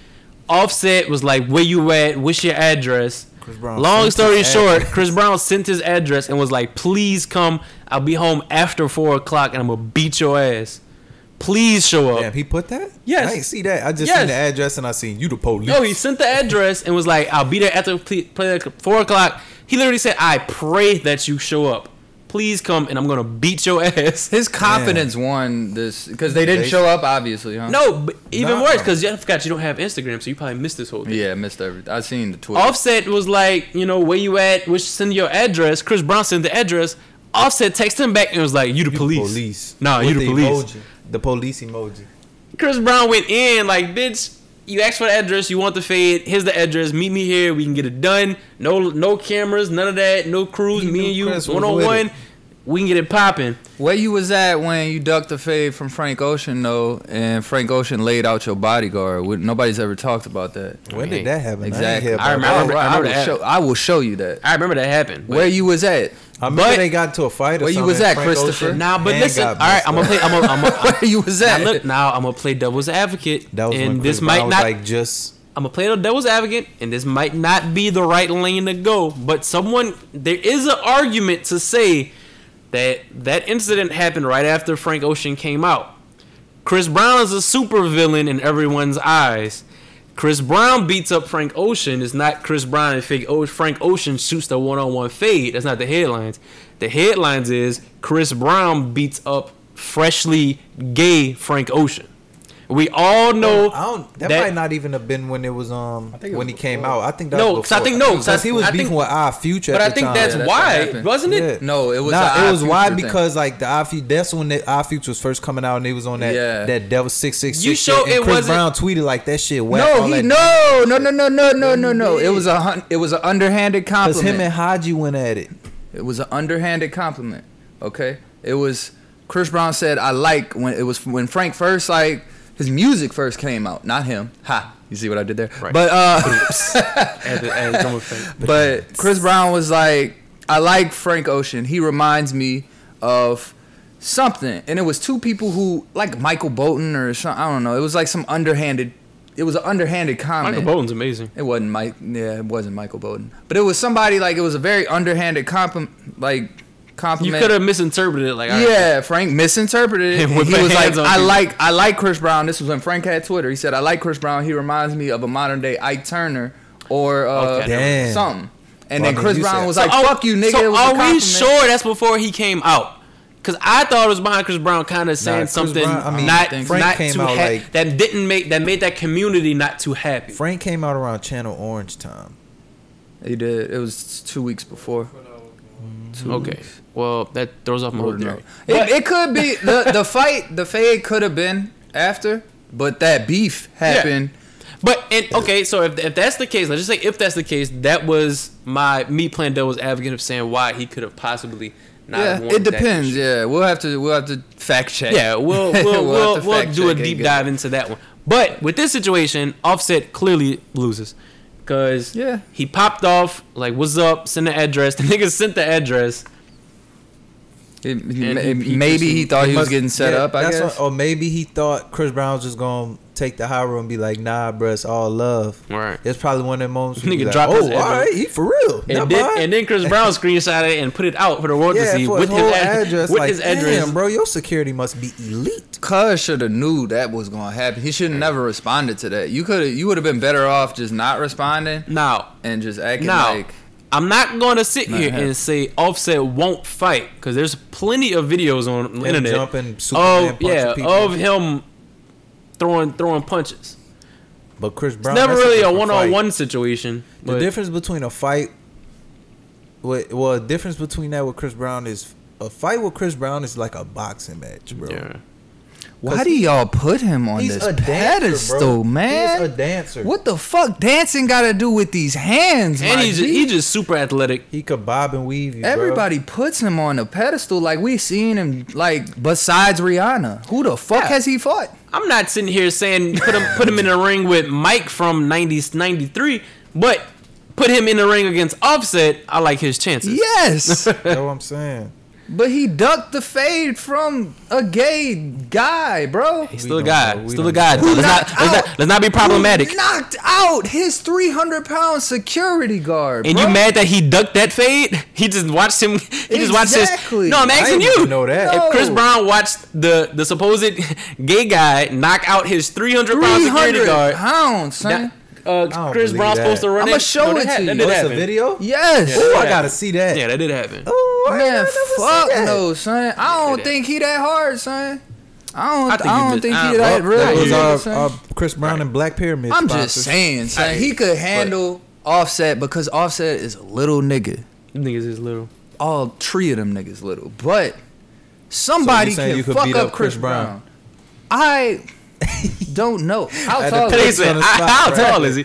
Offset was like, "Where you at? What's your address?" Chris Brown Long sent story his short, address. Chris Brown sent his address and was like, "Please come. I'll be home after four o'clock and I'm gonna beat your ass. Please show up." Damn, he put that? Yes. I ain't see that. I just Yes. seen the address and I seen you the police. No, he sent the address and was like, "I'll be there after ple- play at four o'clock." He literally said, "I pray that you show up. Please come and I'm gonna beat your ass." his confidence won this because they didn't They- show up, obviously, huh? No, but even Nah. worse because you I forgot you don't have Instagram, so you probably missed this whole thing. Yeah, missed everything. I seen the tweet. Offset was like, you know, where you at? Which send your address. Chris Brown sent the address. Offset texted him back and was like, you the You police. police. Nah, you With the police. Emoji, the police emoji. Chris Brown went in like, bitch. You asked for the address. You want the fade. Here's the address. Meet me here. We can get it done. No, no cameras. None of that. No crews. He me knew and you, Chris was one on one. with it. We can get it popping. Where you was at when you ducked the fade from Frank Ocean though, and Frank Ocean laid out your bodyguard? We- Nobody's ever talked about that. When Hey, did that happen? I, ain't Exactly. hear about I that. remember- I remember will that. show, I will show you that. I remember that happened. but- Where you was at? I remember But- they got into a fight. Or Where you something was and at, Frank Christopher? Ocean Nah, but hand listen. All got right, messed I'm gonna up. play. I'm gonna. I'm gonna Where you was now at? look, now I'm gonna play devil's advocate, That was and when this Chris might Brown not. was like just I'm gonna play the devil's advocate, and this might not be the right lane to go. But someone, there is an argument to say that that incident happened right after Frank Ocean came out. Chris Brown is a supervillain in everyone's eyes. Chris Brown beats up Frank Ocean. It's not Chris Brown and fake o- Frank Ocean shoots the one-on-one fade. That's not the headlines. The headlines is Chris Brown beats up freshly gay Frank Ocean. We all know I don't, that, might not even have been when it was um think it when was he came before. out. I think that No, was 'cause I before. think- no, 'cause I- because he was I beefing think- with our future. But at I the think time. that's Yeah, that's what why, happened. wasn't it? Yeah. No, it was Nah, the it was Odd why Future thing. because like the Odd Future. That's when the Odd Future was first coming out, and it was on that Yeah. that Devil Six Six. You show and it Chris wasn't- Brown tweeted like that shit. Whack, no, all he that- no, no, no, no, no, no, no, no. It was a hun- it was an underhanded Cause compliment. him and Haji went at it. It was an underhanded compliment. Okay, it was Chris Brown said I like when it was when Frank first like his music first came out, not him. Ha! You see what I did there? Right. But uh, As- as I'm a fan. but Chris Brown was like, I like Frank Ocean. He reminds me of something, and it was two people who like Michael Bolton or something. I don't know. It was like some underhanded it was an underhanded comment. Michael Bolton's amazing. It wasn't Mike. Yeah, it wasn't Michael Bowden. But it was somebody like it was a very underhanded compli- like You compliment. could have misinterpreted it. Like, all right, Oh, yeah, Frank misinterpreted it. And he with was the like, hands on I people." like, I like Chris Brown. This was when Frank had Twitter. He said, I like Chris Brown. He reminds me of a modern day Ike Turner or uh, Okay. Damn. something. And Well, I mean, then Chris you Brown said- was like, oh, "Fuck you, nigga." So it was a are we compliment. sure that's before he came out? Because I thought it was behind Chris Brown, kind of saying Chris something Brown- I mean, not, Frank not came too out ha- like- that didn't make that made that community not too happy. Frank came out around Channel Orange time. He did. It was two weeks before. Two Okay, weeks. well that throws off my whole theory. It, it could be the the fight. The fade could have been after, but that beef happened. But and okay, so if, if that's the case, let's just say if that's the case, that was my me playing devil's advocate of saying why he could have possibly not. Yeah, warranted it that depends. issue. Yeah, we'll have to we'll have to fact check. Yeah, we'll we'll We'll we'll, have we'll, to fact do a check it deep again. dive into that one. But with this situation, Offset clearly loses because Yeah. he popped off like, "What's up?" Send the address. The nigga sent the address. It- And he- m- he maybe he pursued- thought he was Must- getting set yeah, up. I that's guess. what- or maybe he thought Chris Brown was just gonna take the high road and be like, "Nah, bruh, it's all love." Right. It's probably one of the moments. where Nigga he was dropped like, his Oh, album. all right, he for real. And Not then, mine. and then Chris Brown screenshotted it and put it out for the world to yeah, see for with his, his, whole ad- address, with like, his address. Damn, bro, your security must be oh. elite. Cuz should have knew that was gonna happen. He should have never responded to that. You could have you would have been better off just not responding Now, and just acting now, like I'm not going to sit Not here happening. and say Offset won't fight because there's plenty of videos on the internet jumping, Superman of punching yeah people. of him throwing throwing punches. But Chris Brown, It's never that's really a different one on fight. one situation. The but- difference between a fight, with, well, the difference between that with Chris Brown is a fight with Chris Brown is like a boxing match, bro. Yeah. why do y'all put him on He's this a dancer, pedestal, bro. man? He's a dancer. What the fuck dancing gotta do with these hands? And my he's G? just, he's just super athletic. He could bob and weave you. bro. Everybody puts him on a pedestal like we seen him like besides Rihanna. Who the fuck Yeah. has he fought? I'm not sitting here saying put him put him in a ring with Mike from 90s 93, but put him in the ring against Offset, I like his chances. Yes. know what I'm saying? but he ducked the fade from a gay guy, bro. He's still a don't guy. know. We Still a don't guy. know. Let's Who not, knocked let's, out- not, let's not be problematic. Who knocked out his 300 pound security guard. And bro. you mad that he ducked that fade? He just watched him. He just watched Exactly. his. No, I'm I asking didn't you. know that. If Chris No. Brown watched the the supposed gay guy knock out his 300 pound 300 security guard, pounds, son. That- uh, don't Chris believe Brown's that. supposed to run I'ma in- show that it to hap- you. That Oh, did What's it's a happen. video. yes. Oh, I Yeah. gotta see that. Yeah, that did happen. Oh, I Man, gotta see fuck that. no, son. I don't that. think he that hard, son. I don't. I I, think you don't mis- think I- he well, that really. That was hard, our, son. our Chris Brown and Black Pyramid. I'm sponsors. just saying, son. he could handle Offset because Offset is a little nigga. Niggas is little. All three of them niggas little, but somebody saying can you could fuck beat up up Chris Chris Brown? Brown. I don't know. How At the tall? pace They is he? said, on the spot, how right? tall is he?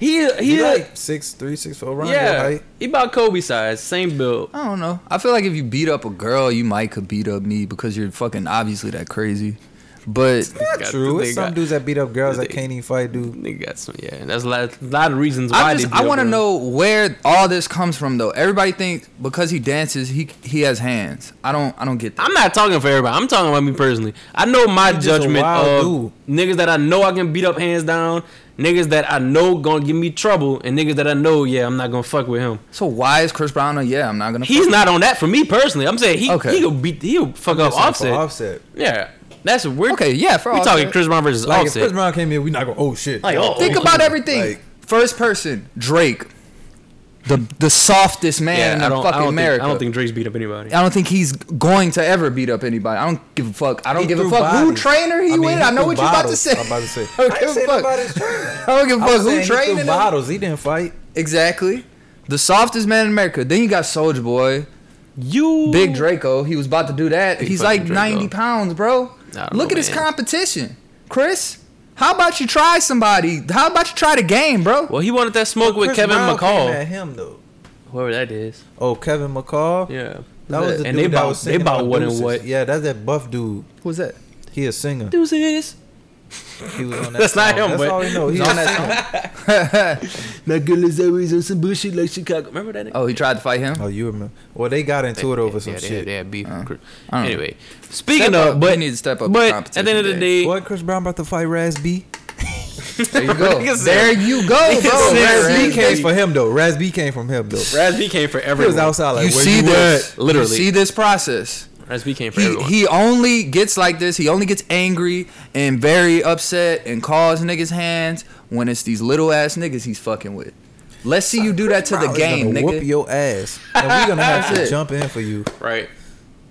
He He he like, like six three, six four. Around yeah, yeah. height. He about Kobe size, same build. I don't know. I feel like if you beat up a girl, you might could beat up me because you're fucking obviously that crazy. But Not Got true. this It's nigga- some dudes that beat up girls this that nigga- can't even fight, dude. Nigga got some. Yeah, that's a lot, lot of reasons why I, just, they beat I up want to on him. know where all this comes from, though. Everybody thinks because he dances, he he has hands. I don't. I don't get that. I'm not talking for everybody. I'm talking about me personally. I know my just a judgment of wild niggas that I know I can beat up hands down, niggas that I know gonna give me trouble, and niggas that I know, yeah, I'm not gonna fuck with him. So why is Chris Brown? A, yeah, I'm not gonna. He's fuck- not on that for me personally. I'm saying he Okay. he'll beat he'll fuck up Just offset. like for Offset. Yeah, that's weird. Okay, yeah, for we talking Offset. Chris Brown versus Like if offset. Chris Brown came in, we not going. Oh shit. Like, oh. Think about everything. Like- First person, Drake, the the softest man yeah, I in don't, I fucking don't America. Think, I don't think Drake's beat up anybody. I don't think he's going to ever beat up anybody. I don't give a fuck. I don't He give a threw fuck who bodies. trainer he I mean, with. he I know threw what you're about to bottles. say. I'm about to say. I I ain't don't give a say nobody's fuck. training. I don't give a I fuck was who saying he trained threw him. bottles. He didn't fight. Exactly. The softest man in America. Then you got Soldier Boy, You Big Draco. He was about to do that. Big He's like fucking Draco. 90 pounds, bro. I don't Look know, at his man. competition. Chris, how about you try somebody? How about you try the game, bro? Well, he wanted that smoke with Chris Kevin Brown came McCall, At him though. whoever that is. Oh, Kevin McCall. Yeah, That was the and dude they that bought was they singing bought about what and deuces. what. Yeah, that's that buff dude. Who was that? He a singer. Deuces. He was on that. That's not him, song. That's but- all we know. He's on that song. My girl is always on some bullshit like Chicago. Remember that? Oh, he tried to fight him? Oh, you remember? Well, they got into it over yeah, some yeah, shit. They had, they had beef. I don't know. anyway, speaking Step of, up. but We need to step up the But at competition the end of the game. day, What Chris Brown about to fight Raz B? There you go. Nigga said- there you go, Nigga bro. said Oh, Raz Raz B B. came from him though. Raz B came from him though. Raz B came for He was everyone. outside like you where see you this. at? Literally. You see this process. Raz B came for He, everyone. he only gets like this. He only gets angry and very upset and calls niggas hands when it's these little ass niggas he's fucking with. Let's see you do that to the Crowley's gonna game, nigga. Whoop your ass, and we're gonna have to That's it. jump in for you, right.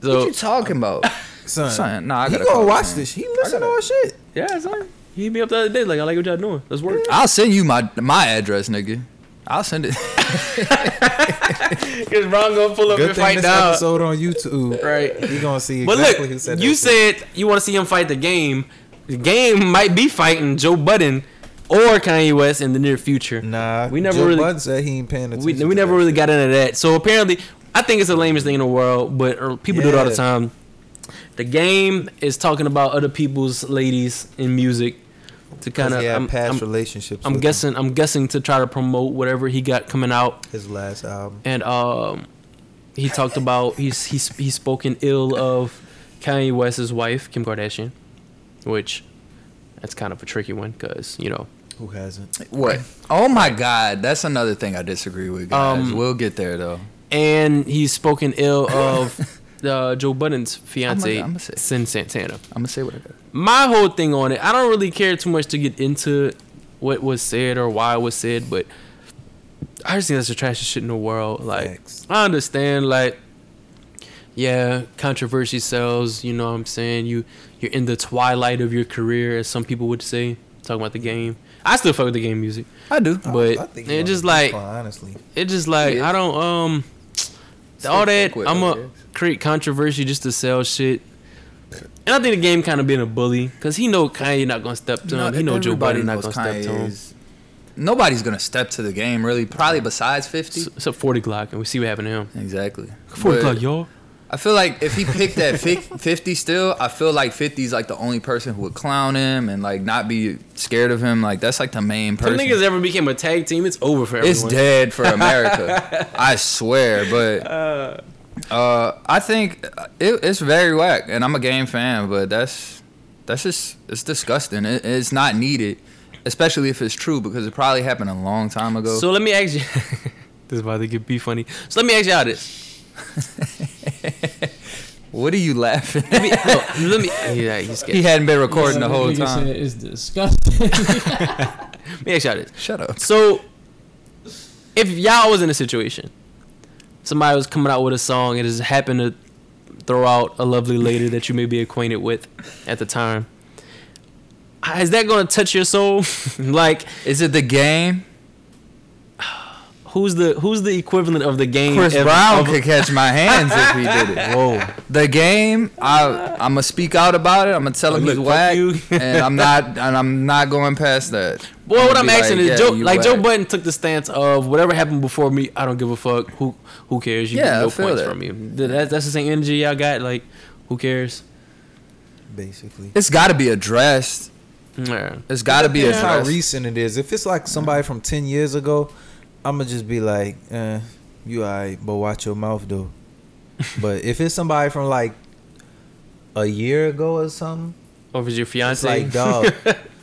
what So you talking about? son. Son, nah, I he gotta gonna call watch him. this. He listen to gotta- our shit. yeah, it's like he hit me up the other day. Like I like what y'all doing. Let's work. I'll send you my my address, nigga. I'll send it. Cause Ron gonna pull up Good and thing fight this down. episode on YouTube. Right. He gonna see But exactly look, who said you that shit. said you want to see him fight the game. The game might be fighting Joe Budden or Kanye West in the near future. Nah, we never Joe really- Budden said he ain't paying attention. we, we to never that really shit. got into that. So apparently, I think it's the lamest thing in the world, but er, people do it all the Yeah. time. The game is talking about other people's ladies in music to kind 'Cause of. he had I'm, past I'm- relationships. I'm with guessing. I'm guessing to try to promote whatever he got coming out, his last album. and um, he talked about he's he's he's spoken ill of Kanye West's wife Kim Kardashian, which that's kind of a tricky one because you know Who hasn't? what? Oh my God, that's another thing I disagree with, guys. Um, we'll get there though. and he's spoken ill of uh, Joe Budden's fiance, I'ma say- Sin Santana. I'm gonna say what I got. My whole thing on it, I don't really care too much to get into what was said or why it was said, but I just think that's the trashiest shit in the world. Like, Facts. I understand, like, yeah, controversy sells. You know what I'm saying? You you're in the twilight of your career, as some people would say. Talking about the game, I still fuck with the game music. I do. But think it he's just on the like- decline, honestly. It just like Yeah. I don't um all fuck that with I'm it, gonna yes. create controversy just to sell shit. And I think the game kind of being a bully because he know Kanye not gonna step to him. he know Joe everybody Budden not knows gonna step to him. Kanye's- Nobody's gonna step to the game, really. Probably besides fifty. It's it's a forty Glock, and we see what happened to him. exactly. Forty But Glock, y'all. I feel like if he picked that fif- fifty, still, I feel like 50's like the only person who would clown him and like not be scared of him. Like that's like the main If them person. niggas ever became a tag team, it's over for everyone. It's dead for America. I swear, but uh, I think it, it's very whack, and I'm a game fan, but that's that's just it's disgusting. It, it's not needed, especially if it's true because it probably happened a long time ago. So let me ask you. this is about to get be funny. So let me ask y'all this. what are you laughing? Let at? me. no, let me. Yeah, he's He scared. hadn't been recording the whole time. It's disgusting. Let me ask y'all this. Shut up. So, if y'all was in a situation, somebody was coming out with a song and just happened to throw out a lovely lady that you may be acquainted with at the time, is that gonna touch your soul? like, Is it the game? who's the who's the equivalent of the game? Chris ever- Brown of- could catch my hands if he did it. Whoa, The game, I I'm gonna speak out about it. I'm gonna tell him Look, he's fuck whack, you. and I'm not and I'm not going past that. boy! What I'm Be like, asking yeah, is, Joe, you like Joe whack. Budden took the stance of whatever happened before me. I don't give a fuck. Who who cares? You Yeah, get I no feel points that. from me. Th- That, that's the same energy y'all got. Like, who cares? Basically, It's got to be addressed. Yeah. It's got to be That's how addressed. recent it is. If it's like somebody from ten years ago, I'ma just be like, eh, you alright, but watch your mouth though. but if it's somebody from like a year ago or something, Or if it's your it's fiance, like dog.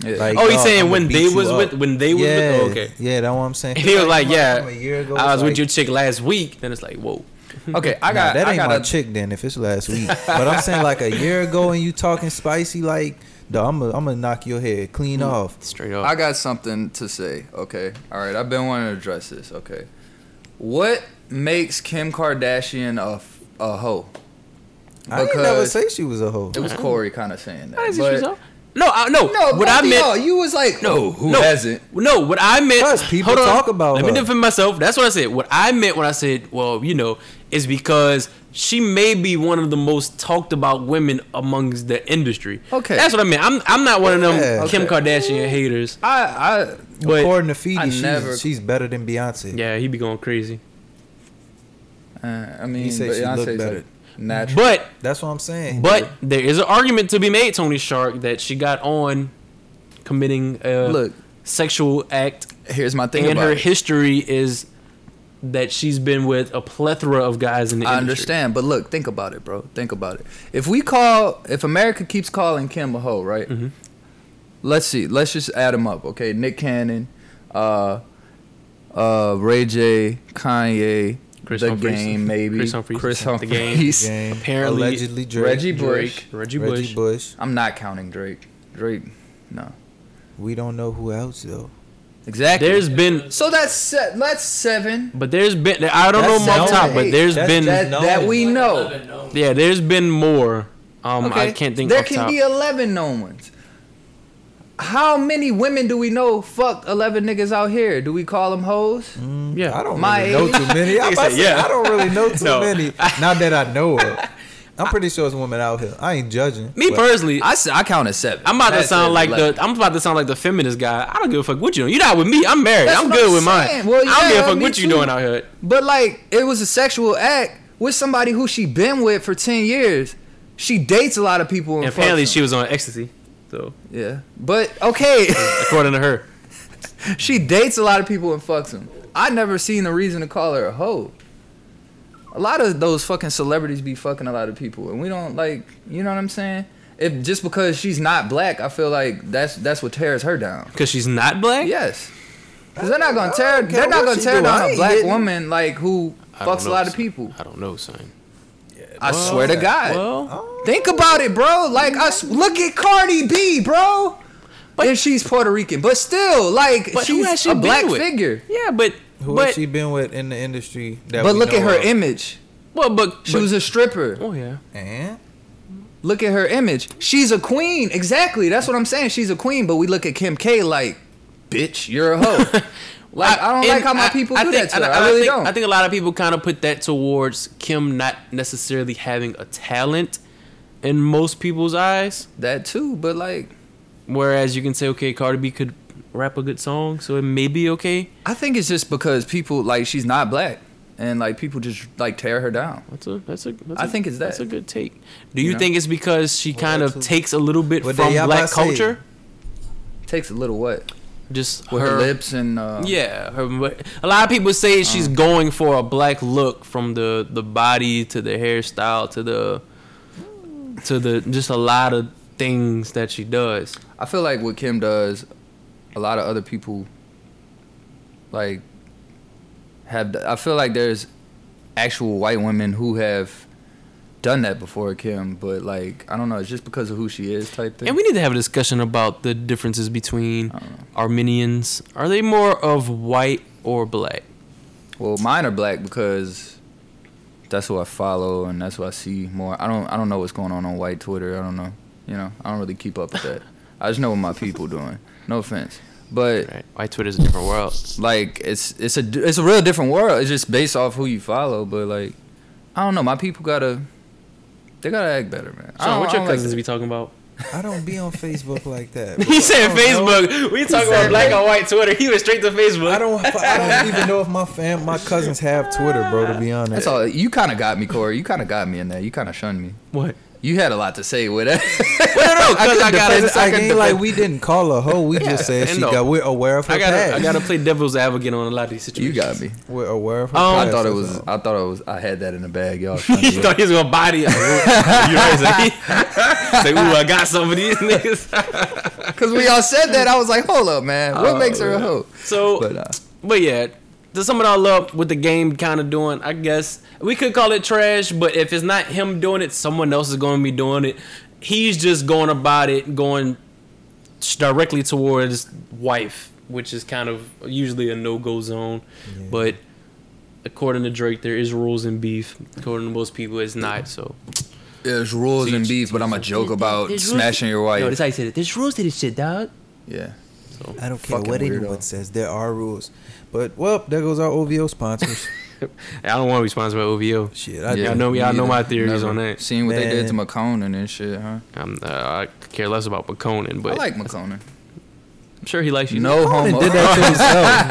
Yeah. like, Oh, he's dog, saying I'ma when beat they you was up. with- when they was with- yeah, oh, okay. Yeah, that's what I'm saying. And he was like, somebody from yeah, a year ago, I was it's with like, your chick last week. Then it's like, whoa. okay, I got. nah, that I ain't got my a, chick then if it's last week. but I'm saying like a year ago and you talking spicy like, dog, I'm gonna I'm gonna knock your head clean Mm. off. Straight up. I got something to say. Okay, all right. I've been wanting to address this. Okay, what makes Kim Kardashian a f- a hoe? I didn't never Because say she was a hoe. it was Corey kind of saying that. I didn't see but- Trezor. no, I, no. No, what I meant. you was like, no, who no, hasn't? No, what I meant. Because people hold on, talk about Let me her. defend myself. That's what I said. What I meant when I said, well, you know, is because she may be one of the most talked about women amongst the industry. Okay. That's what I meant. I'm I'm not one of them Yeah. Kim Okay. Kardashian haters. Uh, I I But According to Feedy, I she's, never- she's better than Beyonce. yeah, he be going crazy. Uh, I mean, He said but she Beyonce's looked better. like natural. But That's what I'm saying. but there is an argument to be made, Tony Shark, that she got on committing a Look. sexual act Here's my thing and about her it. history is that she's been with a plethora of guys in the I industry. understand, but look, think about Mm-hmm. it, bro. Think about it. If we call, if America keeps calling Kim a hoe, right? let's see, let's just add them up. Okay, Nick Cannon, uh, uh, Ray J, Kanye, Chris The Humphries. Game, maybe Chris Humphries. Chris The Game. Humphries. Game. Apparently- allegedly Drake, Reggie Bush. Drake, Reggie Bush. Reggie Bush. I'm not counting Drake. Drake, no. We don't know who else though. Exactly. There's been, so that's se- that's seven but there's been. I don't That's know them off seven top, or but eight. there's That's- been. that, No. that we know. yeah, there's been more. Um, I Okay, can't think. There off can top. be eleven known ones. How many women do we know fucked eleven niggas out here? Do we call them hoes? Yeah. Mm, I don't My really know age. too many. I'm He about said, to say, yeah. I don't really know too No. many. Not that I know of. I'm pretty sure it's women out here. I ain't judging. Me but personally, I s- I count as seven. I'm about to That's sound like 11. the I'm about to sound like the feminist guy. I don't give a fuck what you doing. You're not with me. I'm married. That's I'm what good I'm with saying. mine. Well, I don't yeah, give a fuck me what you too. doing out here. But like, it was a sexual act with somebody who she been with for ten years. She dates a lot of people. And, And apparently, fucks she them. was on ecstasy. So Yeah, but okay, according to her, she dates a lot of people and fucks them. I never seen a reason to call her a hoe. A lot of those fucking celebrities be fucking a lot of people, and we don't like. You know what I'm saying? If just because she's not black, I feel like that's that's what tears her down. because she's not black. Yes. Cause they're not gonna I tear. don't care They're not what gonna she tear do. I down a ain't black hitting. woman like who I don't fucks a know, lot of son. people. I don't know, son. I swear to God. Well, Think about it, bro. Like I s- look at Cardi B, bro. and she's Puerto Rican, but still, like But who has she's she a been black with? figure. yeah, but Who but has she been with in the industry? That But we look at know her of? image. well, but She but- was a stripper. Oh yeah. And Look at her image. She's a queen. Exactly. That's what I'm saying. She's a queen. But we look at Kim K like, bitch, you're a hoe. like I, don't and like how my I- people I do think- that to her. and I, really think, don't. I think a lot of people kind of put that towards Kim not necessarily having a talent in most people's eyes. that too. But like, Whereas you can say, okay, Cardi B could rap a good song, so it may be okay. I think it's just because people like she's not black, and like people just like tear her down. That's a that's a. That's I a- think it's That's that. a good take. Do you, know? think it's because she kind of that's a- takes a little bit What from they- y'all black about to say? culture? Takes a little what Just with her, lips and uh, Yeah, her, a lot of people say she's going for a black look from the the body to the hairstyle to the to the just a lot of things that she does. I feel like what Kim does, a lot of other people like have. I feel like there's actual white women who have done that before Kim, but like I don't know. It's just because of who she is type thing. And we need to have a discussion about the differences between Armenians. Are they more of white or black? well, mine are black because. That's who I follow, and that's what I see more. I don't, I don't know what's going on on white Twitter. I don't know, you know, I don't really keep up with that. I just know what my people doing. No offense, but Right. White Twitter's a different world. like it's it's a it's a real different world. It's just based off who you follow, but like I don't know, my people gotta they gotta act better, man. I Sean, don't- what I your don't like cousins that. be talking about? I don't be on Facebook like that. bro. He said I don't know. Facebook. We talk about black or white Twitter. He went straight to Facebook. I don't. I don't even know if my fam, my cousins have Twitter, bro. To be honest, That's all. You kind of got me, Corey. You kind of got me in there. You kind of shunned me. What? You had a lot to say with that. No, no, because couldn't I got defend It's to. this. like, I can ain't like we didn't call her hoe. We just said and she no. got. We're aware of her I gotta, past. I gotta play devil's advocate on a lot of these you situations. got me. We're aware of her. Um, past. I thought it that's was. all. I thought it was. I had that in the bag, y'all. he thought he was gonna body us. you know what I'm saying? Say, ooh, I got some of these niggas. Because when y'all said that, I was like, hold up, man. What makes her a hoe? Oh, so, But but, uh, yeah, to sum it all up, with the game kind of doing, I guess we could call it trash. But if it's not him doing it, someone else is gonna be doing it. He's just going about it, going directly towards wife, which is kind of usually a no go zone. But according to Drake, there is rules in beef. According to most people, it's not. So. there's rules and beef, but I'm a joke about There's rules- smashing your Yo, wife. that's how you said it. There's rules to this shit, dog. Yeah. I don't care Fucking what weirdo. anyone says. There are rules, but well, there goes our OVO sponsors. I don't want to be sponsored by OVO. Shit, I Yeah. do. know- y'all know my neither. theories on that. Seeing what they did to Man. McConan and shit, huh? I'm, uh, I care less about McConan, I but like McConan. I'm sure he likes you. No Conan homo. did that to himself.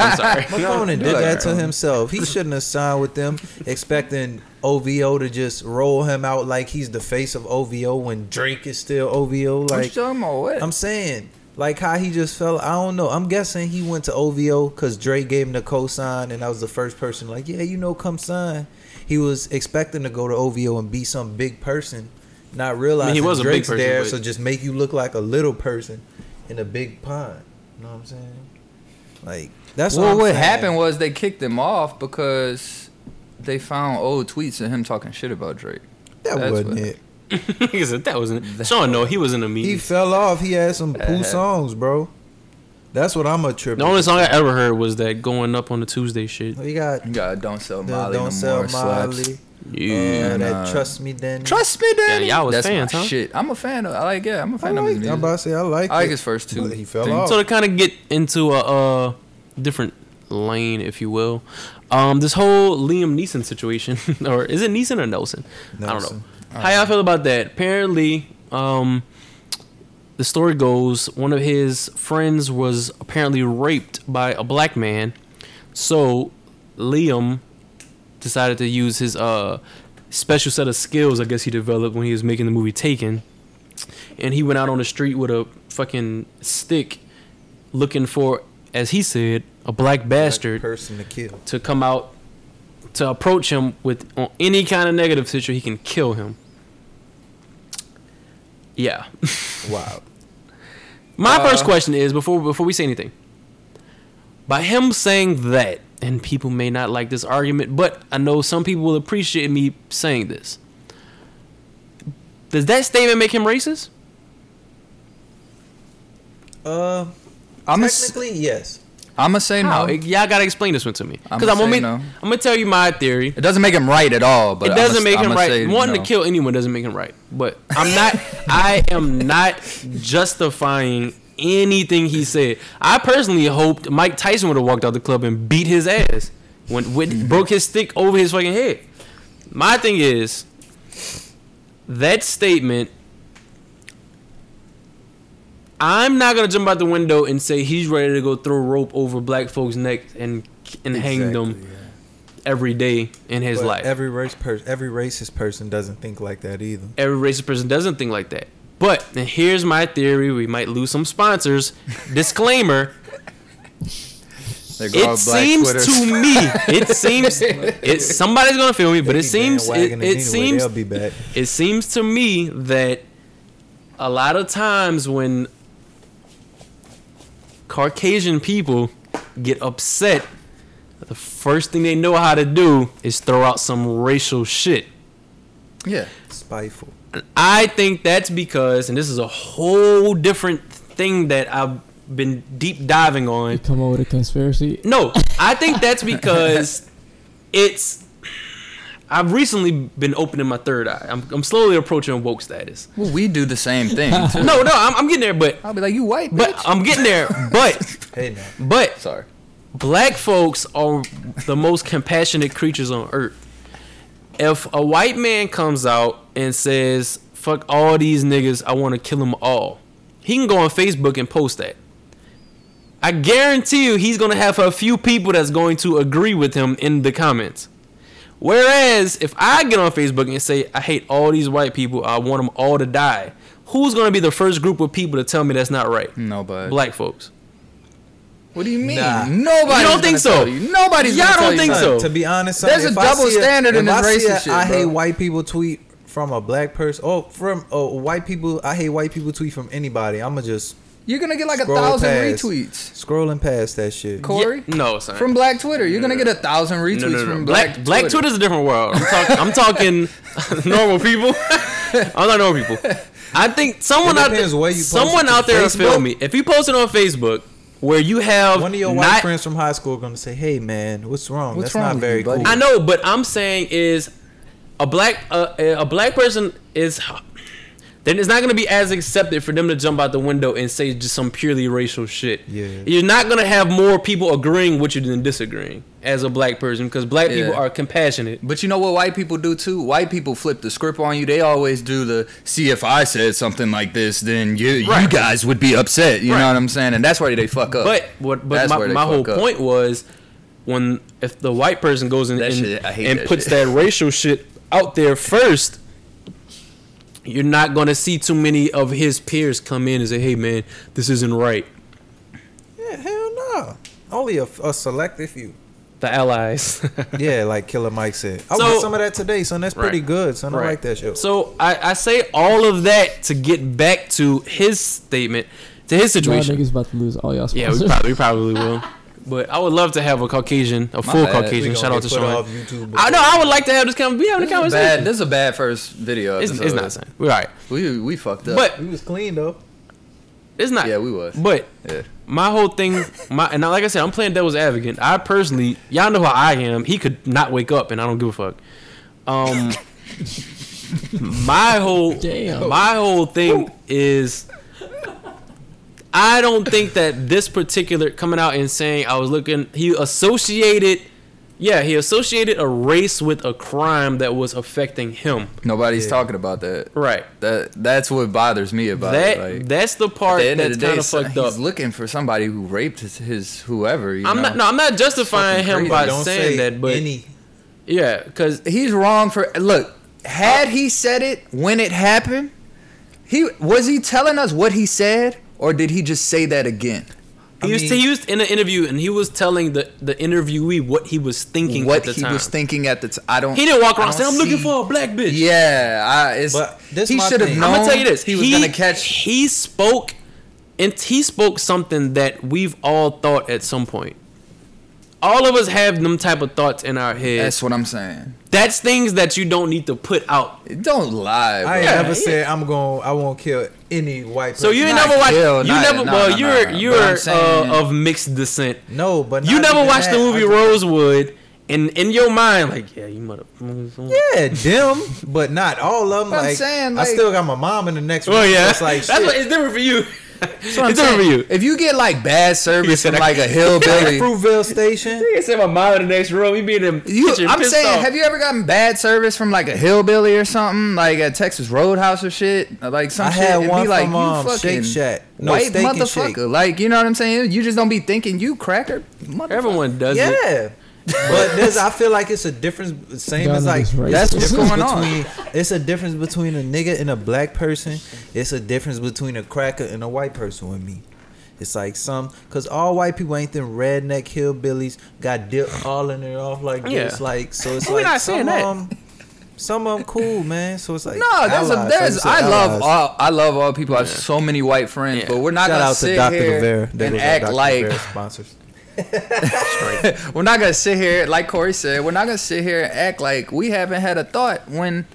I'm sorry. McConan did You're that to right. himself. He shouldn't have signed with them, expecting OVO to just roll him out like he's the face of OVO when Drake is still OVO. Like I'm saying, like how he just fell. I don't know. I'm guessing he went to OVO because Drake gave him the cosign, and I was the first person like, yeah, you know, come sign. He was expecting to go to OVO and be some big person, not realizing was a big Drake's person, there, but- so just make you look like a little person. in a big pond. You know what I'm saying? Like that's well, what what I'm saying. happened was they kicked him off because they found old tweets of him talking shit about Drake. That that's wasn't what- it. Nigga said that wasn't. Sean, no, he was in a He meeting. fell off. He had some poo happened. songs, bro. That's what I'm a The tribute. only song I ever heard was that going up on the Tuesday shit. we got You got don't sell the Molly Don't no Sell more slaps. Molly. Yeah. uh, that nah. Trust Me Then. Trust me, Danny. y'all was That's fans, my huh? shit. I'm a fan of. I like. Yeah, I'm a I fan of like, his I'm music. about to say I like I like it. his first two. But he fell things. off. So to kind of get into a uh, different lane, if you will, um, this whole Liam Neeson situation, or is it Neeson or Nelson? I don't know. Nelson. How y'all feel about that? Apparently, um, the story goes one of his friends was apparently raped by a black man, so Liam decided to use his uh, special set of skills, I guess he developed when he was making the movie Taken, and he went out on the street with a fucking stick looking for, as he said, a black bastard person to kill. to come out to approach him with on any kind of negative situation. He can kill him. Yeah. Wow. My Uh, first question is before before we say anything. By him saying that, and people may not like this argument, but I know some people will appreciate me saying this. Does that statement make him racist? Uh, I'm technically yes. gonna say How? no. It, Y'all gotta explain this one to me, I'ma because I'm gonna say make- no. I'm gonna tell you my theory. doesn't make him right at all. But it I'ma- doesn't make him I'ma say right. Wanting no. to kill anyone doesn't make him right. But I'm not. I am not justifying anything he said. I personally hoped Mike Tyson would have walked out the club and beat his ass when, when broke his stick over his fucking head. My thing is that statement. I'm not gonna jump out the window and say he's ready to go throw rope over black folks' necks and and hang them Exactly, yeah. every day in his But life. Every race person, every racist person doesn't think like that either. every racist person doesn't think like that. But and here's my theory: we might lose some sponsors. Disclaimer: There go our It black seems Twitter. to me, it seems it somebody's gonna feel me, but it seems it, Bandwagoning it anyway, seems they'll be back. it seems to me that a lot of times when Caucasian people get upset, the first thing they know how to do is throw out some racial shit. Yeah. Spiteful. I think that's because, and this is a whole different thing that I've been deep diving You on. come up with a conspiracy. No, I think that's because it's. I've recently been opening my third eye. I'm, I'm slowly approaching woke status. Well, we do the same thing. Too. No, no, I'm, I'm getting there, but I'll be like, you white, but bitch. I'm getting there. But Hey now. but Sorry. black folks are the most compassionate creatures on earth. If a white man comes out and says, fuck all these niggas, I want to kill them all, he can go on Facebook and post that. I guarantee you he's going to have a few people that's going to agree with him in the comments. Whereas if I get on Facebook and say, I hate all these white people, I want them all to die, who's going to be the first group of people to tell me that's not right? No, but Black folks. What do you mean? Nah. Nobody. You don't think so? Nobody's. Y'all gonna don't tell you think nothing. so? To be honest, There's son, a if I double see standard in if this I see racist a, shit, I hate bro. white people tweet from a black person. Oh, from oh, white people. I hate white people tweet from anybody. I'ma just You're gonna get like a Scroll thousand past. retweets, scrolling past that shit. Corey. Yeah, no, son. From Black Twitter, you're gonna get a thousand retweets No, no, no. from black black, Twitter is a different world. I'm, talk, I'm talking normal people. I'm not normal people. I think someone It out depends there, where you post someone it to out there will Facebook. feel me. If you post it on Facebook, where you have One of your white not, friends from high school gonna say, "Hey man, what's wrong? What's That's wrong not with very you, buddy?" cool." I know, but I'm saying is a black uh, a black person is then it's not gonna be as accepted for them to jump out the window and say just some purely racial shit. Yeah. You're not gonna have more people agreeing with you than disagreeing as a black person because black Yeah. people are compassionate. But you know what white people do too? White people flip the script on you. They always do the see if I said something like this, then you you Right. guys would be upset. You Right. know what I'm saying? And that's why they fuck up. But what? But That's my, where they my whole fuck up. point was when if the white person goes in That and, shit, I hate and that puts shit. that racial shit out there first, you're not gonna see too many of his peers come in and say, "Hey, man, this isn't right." Yeah, hell no. Only a, a select few. The allies. Yeah, like Killer Mike said. I So- want some of that today, son. That's pretty Right. good, son. I Right. like that shit. So I, I say all of that to get back to his statement to his Y'all situation. niggas about to lose all y'all Yeah, we sponsors. probably, we probably will. But I would love to have a Caucasian, a My full bad. We Caucasian. gonna Shout out get to put Sean. off YouTube. I know. I would like to have this con- be having a This is, bad, conversation. this is a bad first video. It's, it's episode. not saying we're all right, We we fucked up. but We was clean though. it's not. yeah, we was. But yeah. my whole thing, my and like I said, I'm playing devil's advocate. I personally, y'all know how I am. He could not wake up, and I don't give a fuck. Um, my whole Damn. my whole thing is, I don't think that this particular coming out and saying I was looking, he associated, yeah, he associated a race with a crime that was affecting him. Nobody's Yeah. talking about that. Right. That that's what bothers me about That it. Like, that's the part at the end that's of the day, kind of so- fucked he's up. looking for somebody who raped his, his whoever. You I'm know? not no, I'm not justifying him fucking by Don't say saying that, but any. yeah, because He's wrong for look. Had he said it when it happened, he was he telling us what he said, or did he just say that again? he I was mean- he was in an interview and he was telling the the interviewee what he was thinking what at the he time. was thinking at the time. I don't. he didn't walk I around don't saying, "I'm looking see- for a black bitch." Yeah, I, it's, But this he my should have thing. known. I'm gonna tell you this. He was gonna catch. He spoke, and he spoke something that we've all thought at some point. All of us have them type of thoughts in our heads. That's what I'm saying. That's things that you don't need to put out Don't lie. Bro. I ain't Yeah, never yeah. said I'm going. I won't kill any white. So you person. never watched. Gil, you not- never. nah, well, nah, you're nah, nah. But I'm you're saying- uh, of mixed descent. No, but You not never even watched that. the movie I just- Rosewood, and in your mind, like, yeah, you mother. Yeah. Yeah, them, but not all of them. I'm Like, saying, I like- still got my mom in the next one. Well, yeah. It's like, that's shit. what it's different for you. That's what I'm it's different for saying. you. If you get like bad service said from I- like a hillbilly, Fruitvale Station. Nigga said my mom in the next room. He be in them. You, I'm saying, have you ever gotten bad service from like a hillbilly or something, like at Texas Roadhouse or shit, like some I shit? had and one be like, from, you um, fucking Shake Shack. No, white Steak and motherfucker, Shake. like you know what I'm saying? You just don't be thinking you cracker. Mother- Everyone does it. Yeah. But there's, I feel like it's a difference. Same Y'all as like niggas racist. that's what's That's what's going going on. between, It's a difference between a nigga and a black person. It's a difference between a cracker and a white person with me. It's like some, cause all white people ain't them redneck hillbillies got dipped all in it off like this. Yeah. Like so, it's We're like not saying some that. of them, some of them cool man. So it's like No, there's a allies. So you there's said I love allies. all I love all people. I have so many white friends, Yeah. but we're not Shout gonna out to sit Dr. here Rivera. That and was our act Dr. like Rivera sponsors. we're not gonna sit here like Corey said. We're not gonna sit here and act like we haven't had a thought when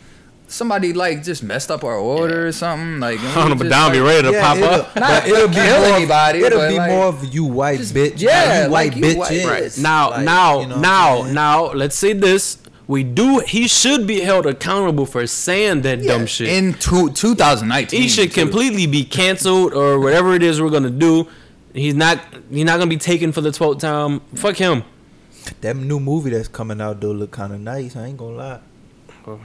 somebody like just messed up our order or something. Like and we I don't know, but just, down be like- ready to Yeah, pop it'll- up. Not But it'll be kill more of- anybody, It'll but, be like- more of you white bitch. yeah, you like white you bitch. white- is. Right. Now, Like, now, you know what I'm now, saying? now. Let's say this. We do. He should be held accountable for saying that dumb shit. in two, 2019. he should too. completely be canceled or whatever it is we're gonna do. He's not. He's not gonna be taken for the twelfth time. Fuck him. That new movie that's coming out though look kind of nice. I ain't gonna lie.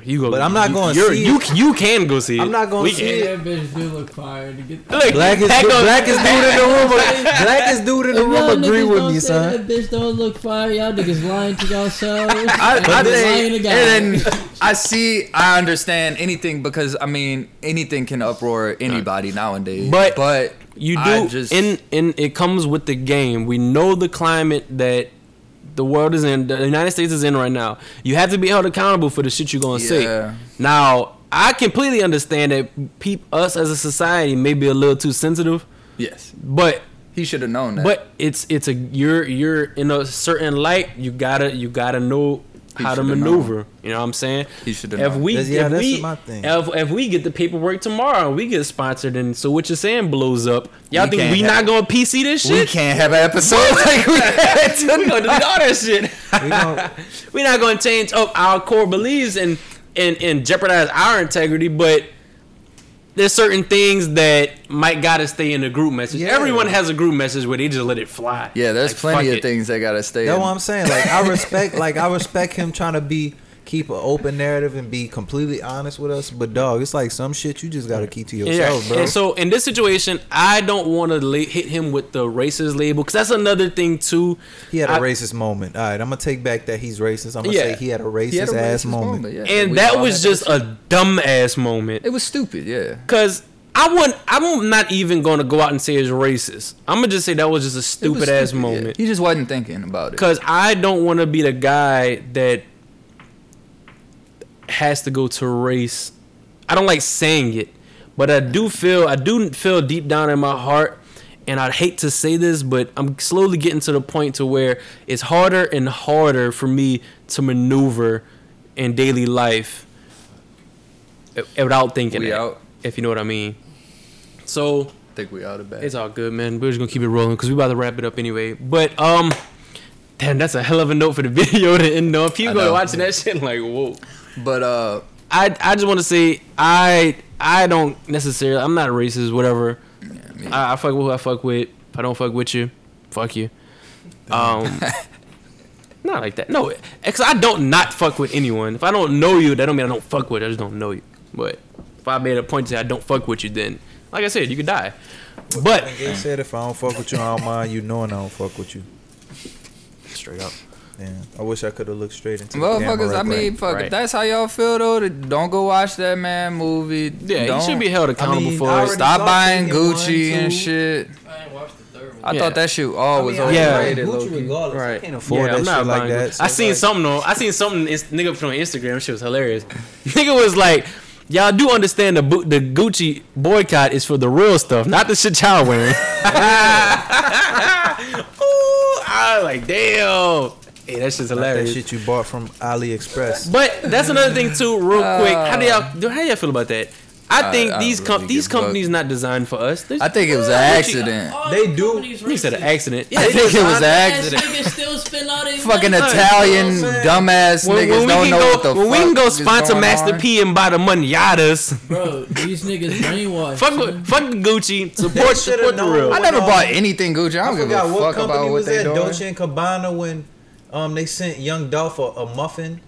You go. But I'm not gonna you're- see You it. you can go see it. I'm not gonna We see can. it. that bitch do look fire to get Look, Blackest Pac dude, goes- blackest dude in the room. Blackest dude in the Y'all room agree niggas with don't me, say son. That bitch don't look fire. Y'all niggas lying to yourselves. I, Y'all I niggas lying to think, God. and then I see, I understand anything because I mean anything can uproar anybody nowadays. But but You I do. just- in in it comes with the game. We know the climate that the world is in. The United States is in right now. You have to be held accountable for the shit you're gonna Yeah. say. Now I completely understand that peep us as a society may be a little too sensitive, yes, but he should have known that. But it's it's a you're you're in a certain light. You gotta you gotta know He how to shoulda maneuver. You know what I'm saying? He shoulda If known. we That's- yeah, if that's we my thing. If, if we get the paperwork tomorrow and we get sponsored and so what you're saying blows up, y'all We think can't we have- not gonna PC this we shit? can't have an episode like we had We, gonna delete all that shit. We gonna- We're not gonna change up our core beliefs and and and jeopardize our integrity, but. There's certain things that might gotta stay in the group message. Yeah. Everyone has a group message where they just let it fly. Yeah, there's Like, plenty fuck of it. things that gotta stay. That's in. what I'm saying. Like I respect, like I respect him trying to be keep an open narrative and be completely honest with us. But dog, it's like some shit you just gotta keep to yourself, bro. And so in this situation, I don't want to la- hit him with the racist label because that's another thing too. He had a I- racist moment. All right, I'm gonna take back that he's racist. I'm gonna Yeah. say he had a He had racist a ass racist moment. yeah. And We that all was had that just a dumbass moment It was stupid, yeah. because I wouldn't. I'm not even going to go out and say it's racist. I'm gonna just say that was just a It was stupid ass stupid, yeah. moment He just wasn't thinking about it. because I don't want to be the guy that has to go to race. I don't like saying it, but I do feel I do feel deep down in my heart and I hate to say this, but I'm slowly getting to the point to where it's harder and harder for me to maneuver in daily life uh, without thinking We that, out. if you know what I mean. So I think we out of bed. it's all good, man. We're just gonna keep it rolling because we about to wrap it up anyway. But um, damn, that's a hell of a note for the video to end on. I People gonna know. watching that shit like whoa. But uh, I I just want to say I I don't necessarily I'm not a racist whatever. I, I fuck with who I fuck with. If I don't fuck with you, fuck you. Um, not like that. No, because I don't not fuck with anyone. If I don't know you, that don't mean I don't fuck with. you. I just don't know you. But if I made a point to say I don't fuck with you, then like I said, you could die. But They said if I don't fuck with you, I don't mind you knowing I don't fuck with you. straight up, Yeah, I wish I could have looked straight into the camera motherfuckers, right I there. mean, fuck. Right. If that's how y'all feel though, th- don't go watch that man movie. yeah, don't. you should be held accountable I mean, for I it. already- Stop Saw buying Tekken one, Gucci and two. shit. I ain't watched the third one. I Yeah. thought that shit always I mean, overrated. Yeah. low-key. Right. can't afford that shit like buying that, Gucci. so I seen like- something though. I seen something is nigga from Instagram. Shit was hilarious. nigga was like, y'all do understand the Bu- the Gucci boycott is for the real stuff, not the shit y'all wearing. Ooh, I was like, damn. Hey, that shit's Not that hilarious. shit you bought from AliExpress. But that's another thing too, real quick. How do y'all do- how do y'all feel about that? I I- think I these don't com- really these give a fuck. companies not designed for us. There's- I think it was an accident. All They the do- companies you said an racist. accident. Yeah, I it think is. it was an Ass accident. niggas still spend all Oh, their Fucking money. Italian you know what I'm saying? dumbass when, when we niggas don't can know go, what the when fuck we can go is sponsor going Master on. P and buy the manadas. Bro, these niggas brainwashed. Fuck, with- fuck Gucci. Support, should've support the known. real. I What never on? um, bought anything Gucci. I I don't give forgot a what fuck company about what was they that? doing. Dolce and Cabana when um they sent Young Dolph a, a muffin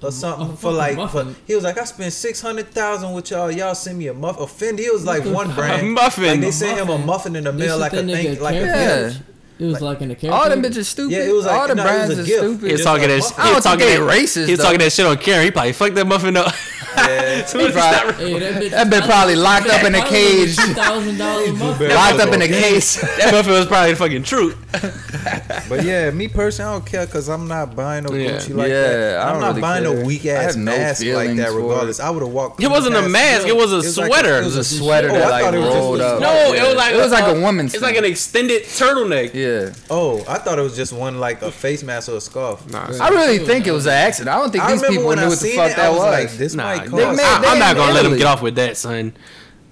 or something for fucking like for, muffin. he was like I spent six hundred thousand with y'all. Y'all send me a muffin. Offend he was like one brand. muffin. Like they sent him a Muffin. muffin in the They mail like sent a that nigga thing like a carrot gift. yeah, package. It was like in a character. all them bitches stupid. Yeah, it was like all the no, brands it was a are gift. stupid. He's Just talking a that. muffin. I He's don't talking think that they racist, He's talking though. that shit on Karen. He probably fucked that muffin up. Soon as he probably- stopped- Hey, that bitch. That bitch probably locked up in a cage. Thousand dollar muffin. Locked up in a case. that muffin was probably the fucking truth. But yeah, me personally, I don't care because I'm not buying no Yeah. Gucci like Yeah, that. I I'm don't not really buying care. a weak I ass have no mask like feelings that. for it. Regardless, I would have walked. It wasn't a mask. It was a sweater. It was a sweater Oh, I that thought like it was just rolled a up. sweater. No, it was like it was like a woman's. woman's. It's like an extended turtleneck. yeah. oh, I thought it was just one like a face mask or a scarf. Nah, I really think it was an accident. I don't think I these remember people when knew I what the seen fuck it, I that was, was. like, this nah. might they- cost. made- I, they am not gonna let him really- get off with that, son.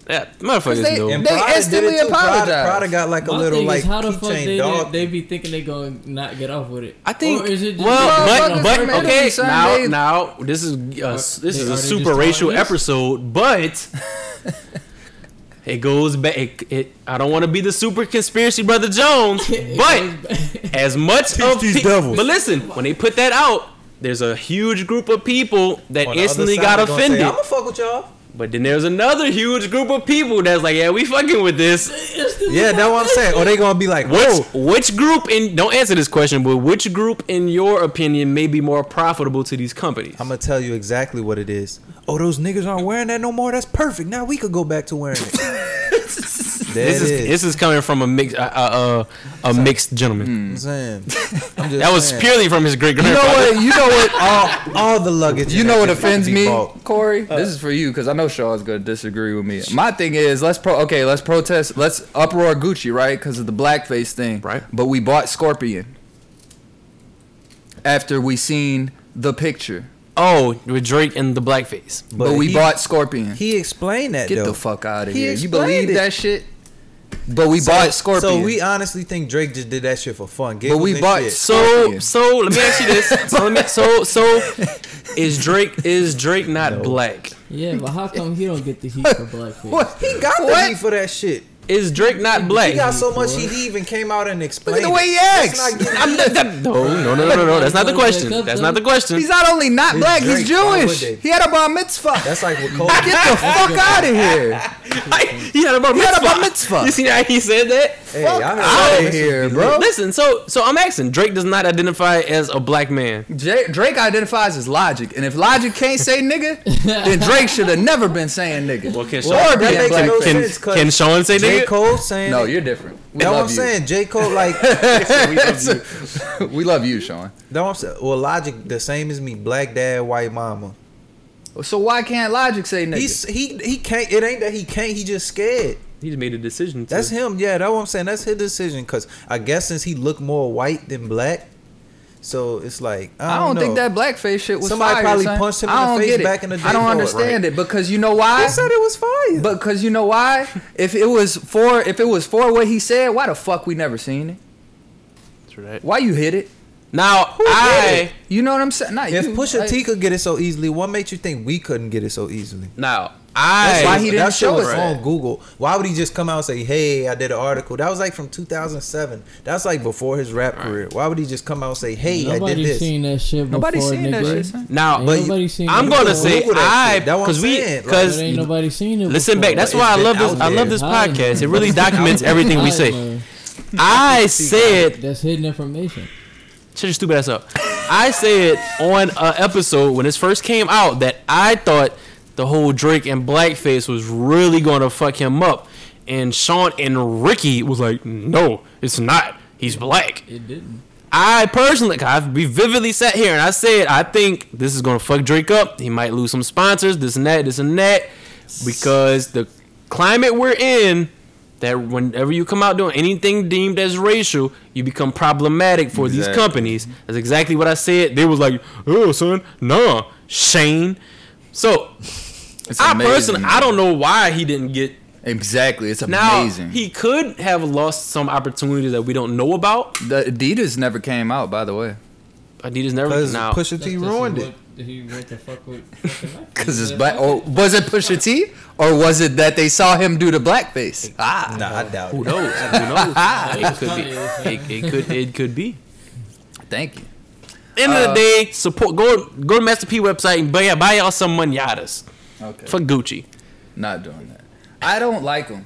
That motherfuckers they- know. And They Prada did it instantly too. Prada- apologized. Prada got like a My little thing like is how the fuck keychain they, dog. they be thinking they gonna not get off with it. I think. Or is it just well, but Motherfuckers but are mad at okay. me, son. Now They- now this is uh, this they- is are a they just super racial telling us? episode, but it goes back. It, it I don't want to be the super conspiracy brother Jones, but as much of these pe- devils. but listen, when they put that out. There's a huge group of people that instantly got offended, I'm gonna fuck with y'all. but then there's another huge group of people that's like, "Yeah, we fucking with this." Yeah, that's what I'm Oh, saying. Or they gonna be like, Which whoa. which group in don't answer this question, but which group in your opinion may be more profitable to these companies? I'm gonna tell you exactly what it is. Oh, those niggas aren't wearing that no more. That's perfect. Now we could go back to wearing it. There This it is, is. this is coming from a mix uh, uh, a mixed gentleman. I'm saying. I'm just That was saying. purely from his great You know grandfather. what? You know what? all, all the luggage. You in know that what bitch about to offends be me, bought. Corey? This is for you because I know Shaw's gonna disagree with me. My thing is, let's pro. Okay, let's protest. Let's uproar Gucci, right? Because of the blackface thing, Right. But we bought Scorpion after we seen the picture, Oh, with Drake and the blackface. but, we he- bought Scorpion. He explained that. Get though. the fuck out of He here! You explained believe it. that shit? But we So- bought Scorpion. So we honestly think Drake just did that shit for fun. Giggles we and bought shit. s- So Scorpion. so let me ask you this. So let me, so so is Drake is Drake not black? Yeah, but how come he don't get the heat for blackface? What? he got the What? heat for that shit. Is Drake not He got black? so much heat. He even came out and explained. Look at the way it. he Let's acts. not get- I'm not, that, no, no, no, no, no, no. That's not the question. That's not the question. He's not only not black, Drake, he's why would Jewish. they? He had a bar mitzvah. That's like what Kobe. Get the fuck out of here! He had a bar He had a bar mitzvah. mitzvah. You see how he said that? hey, I heard out that of shit here, be bro. lit. Listen, so so I'm asking. Drake does not identify as a black man. J- Drake identifies as Logic, and if Logic can't say nigga, then Drake should have never been saying nigga. Well, can Or Sean- being that makes no blackface. Can sense, 'cause can Sean say J nigga? Cole saying. No, it. you're different. We That's what I'm love you. saying. J Cole like. that's we love you, Sean. what I'm saying. Well, logic the same as me. Black dad, white mama. So why can't Logic say nigga? He's he he can't. It ain't that he can't. He just scared. He just made a decision. To, That's him. Yeah, that's what I'm saying. That's his decision. Cause I guess since he looked more white than black, so it's like I I don't, don't think know. that blackface shit was Somebody fire, probably son. punched him in I the don't face get it. back in the day I don't for it, understand it because you know why? They said it was fire. But cause you know why? If it was for if it was for what he said, why the fuck we never seen it? True that. Why you hit it? Now I You know what I'm saying? Not if you, Pusha like- T could get it so easily, what makes you think we couldn't get it so easily? now I That's why he didn't that shit show was us that. on Google. Why would he just come out and say, "Hey, I did an article"? That was like from 2007. That's like before his rap career. Why would he just come out and say, "Hey, I did Nobody this"? seen that shit before, nobody seen nigga. that shit. Son. now Ain't But nobody seen I'm it gonna before. say Google that I shit. That what because I'm we saying. Like, because But ain't nobody seen it. listen before. back. That's It's why I been love this. out I love there. this How is podcast. it? It really documents everything we say. Outlaw. I said That's hidden information. shut your stupid ass up. I said on an episode when this first came out that I thought the whole Drake and blackface was really gonna fuck him up, and Sean and Ricky was like, "No, it's not. He's black." It didn't. I personally, I we vividly sat here and I said, I think this is gonna fuck Drake up. He might lose some sponsors, this and that, this and that, because the climate we're in, that whenever you come out doing anything deemed as racial, you become problematic for these Exactly. companies. That's exactly what I said. They was like, "Oh, son, nah, Shane." So It's I amazing, personally, I man. don't know why he didn't get Exactly. It's now. amazing. He could have lost some opportunities that we don't know about. the Adidas never came out, by the way, Adidas never Because now. Pusha T ruined it. He went to fuck with. fucking Nike. because it's black. Or was it Pusha T, or was it that they saw him do the blackface? Ah, Nah, I doubt Who it. knows? Who knows? it could funny, it be. It, it could. It could be. thank you. End of the Uh, day, support. Go go to Master P website and buy buy y'all some manadas. Okay, Fuck Gucci. not doing that. I don't like him.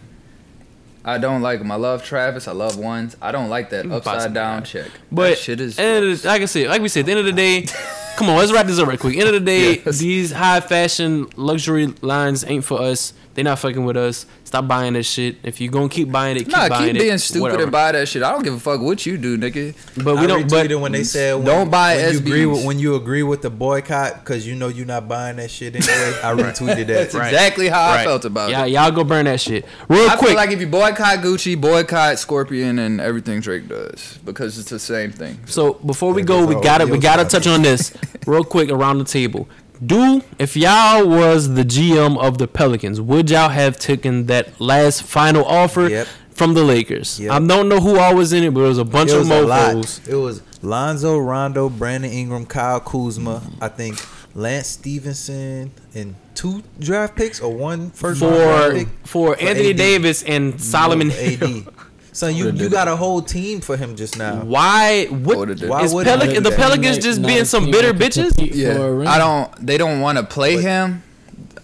I don't like him. I love Travis. I love ones. I don't like that You bought upside some down guy. check. But that shit is. end of the- like I said, like we said, at the end of the day, come on, let's wrap this up right quick. End of the day, Yes. these high fashion luxury lines ain't for us. They not fucking with us. Stop buying this shit. If you gonna keep buying it, keep Nah, buying keep it. being stupid whatever. and buy that shit. I don't give a fuck what you do, nigga. but we I don't. retweeted But when they said when, Don't buy when you agree SBs. with when you agree with the boycott because you know you're not buying that shit anyway. I retweeted that. That's exactly how I Right. felt about yeah, it. y'all go burn that shit real uh, I quick. feel like if you boycott Gucci, boycott Scorpion, and everything Drake does, because it's the same thing. So before we Yeah, go, that's we all gotta the we deals gotta about touch on this real quick around the table. Do if y'all was the GM of the Pelicans, would y'all have taken that last final offer Yep. from the Lakers? Yep. I don't know who all was in it, but it was a bunch It of was a lot. mofo's. It was Lonzo, Rondo, Brandon Ingram, Kyle Kuzma. I think Lance Stevenson and two draft picks or one first round draft For pick. for Anthony AD. Davis and Solomon No, Hill. AD. So you you got a whole team for him just now. Why What would did they- Why is would they Pelic- do the that? Pelicans just Not being a some team bitter that could bitches? compete for a Yeah, ring. I don't. They don't want to play him.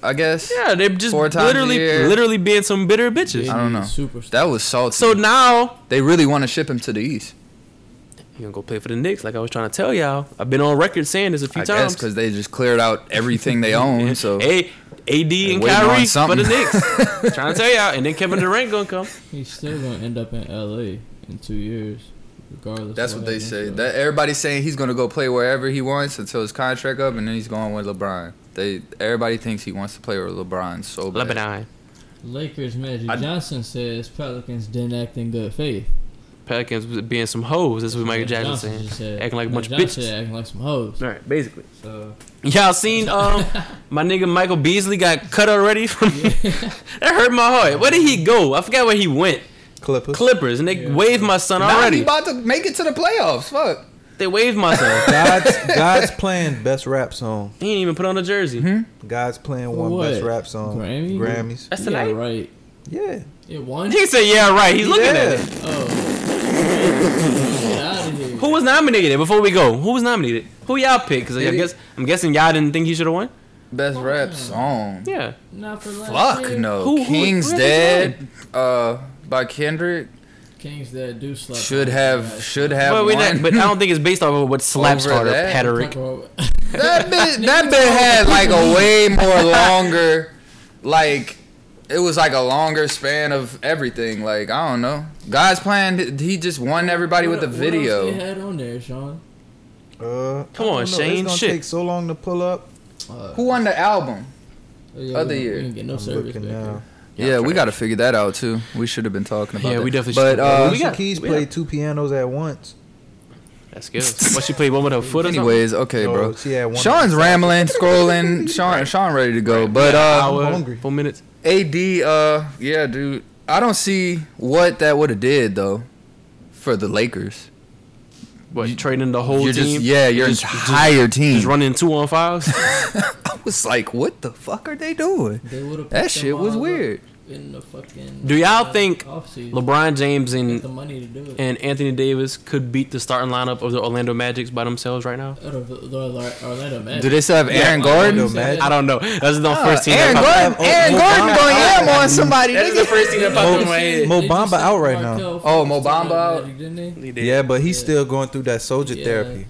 I guess. Yeah, they're just Four times a literally year. literally being some bitter They bitches. I don't need know. Superstar. That was salty. So now they really want to ship him to the East. You gonna go play for the Knicks? Like I was trying to tell y'all, I've been on record saying this a few I guess times. because they just cleared out everything they own. So hey, AD and waiting on Kyrie for the something. Knicks. trying to tell y'all, and then Kevin Durant gonna come. He's still gonna end up in LA in two years, regardless. that's what they happens, say. so. That everybody's saying he's gonna go play wherever he wants until his contract up, and then he's going with LeBron. They everybody thinks he wants to play with LeBron so bad. Lebanon, Lakers Magic I- Johnson says Pelicans didn't act in good faith. Pelicans being some hoes. That's what Michael Jackson saying, just said. acting like a bunch of Magic Johnson bitches. acting like some hoes. All right, basically. So Y'all seen um my nigga Michael Beasley got cut already from that hurt my heart. Where did he go? I forgot where he went. Clippers. Clippers and they Yeah. waved my son Now he already. about to make it to the playoffs. Fuck. They waved my son. God's God's playing best rap song. he didn't even put on a jersey. Hmm. God's playing For one what? best rap song. Grammy? Grammys. That's yeah, tonight. right? Yeah. It won. He said, "Yeah, right." He's looking at Yeah. it. Oh, get out of here! Who was nominated? Before we go, who was nominated? Who y'all picked? Because I Did he- guess I'm guessing y'all didn't think he should have won. Best rap song. Yeah, Not for last Fuck year. no. Who- who- King's who is Dead. Uh, by Kendrick. Kings that do slap should have should have but we won. not, but I don't think it's based off of what Slap Over started that. Patrick. that bit that bit had like a way more longer like it was like a longer span of everything like I don't know. God's plan he just won everybody with the What else they video. had on there, Sean? Uh, Come I on, don't know. Shane, It's gonna shit. take so long to pull up. Uh, Who won the album? yeah, Other we- year. We didn't get no I'm service looking back now. here. Y'all yeah, we trash. got to figure that out too. We should have been talking about. Yeah, that. we definitely But should- uh, we we got- Keys we played got- two pianos at once. That's good. What she played one with her foot. Anyway, anyways, okay, No, bro. she had one- Sean's rambling, scrolling. Sean, Sean, ready to go. But uh, hour, hungry. four minutes. AD, uh, yeah, dude. I don't see what that would have did though for the Lakers. What trading the whole you're team? just yeah, your Just- entire team. Just running two on fives. I was like, what the fuck are they doing? They would've That picked them shit was all up weird. In the fucking. uh, Do y'all think offseason. LeBron James Got the and money to do it? and Anthony Davis could beat the starting lineup of the Orlando Magics by themselves right now? Out of the- the Orla- Orlando Magic. Do they still have Aaron Orlando Gordon? Magic. I don't know. That's the Uh, first team. Aaron that popped- Gordon, Aaron Oh, Gordon Mobamba going out. yam on somebody. That is nigga. the first thing that Mo- popped in my head. Mo They just Bamba said out right Markel now. Fultz Oh, was Mo still in the Bamba Magic, Didn't they? He did. Yeah, but he's Yeah. still going through that soldier Yeah. therapy.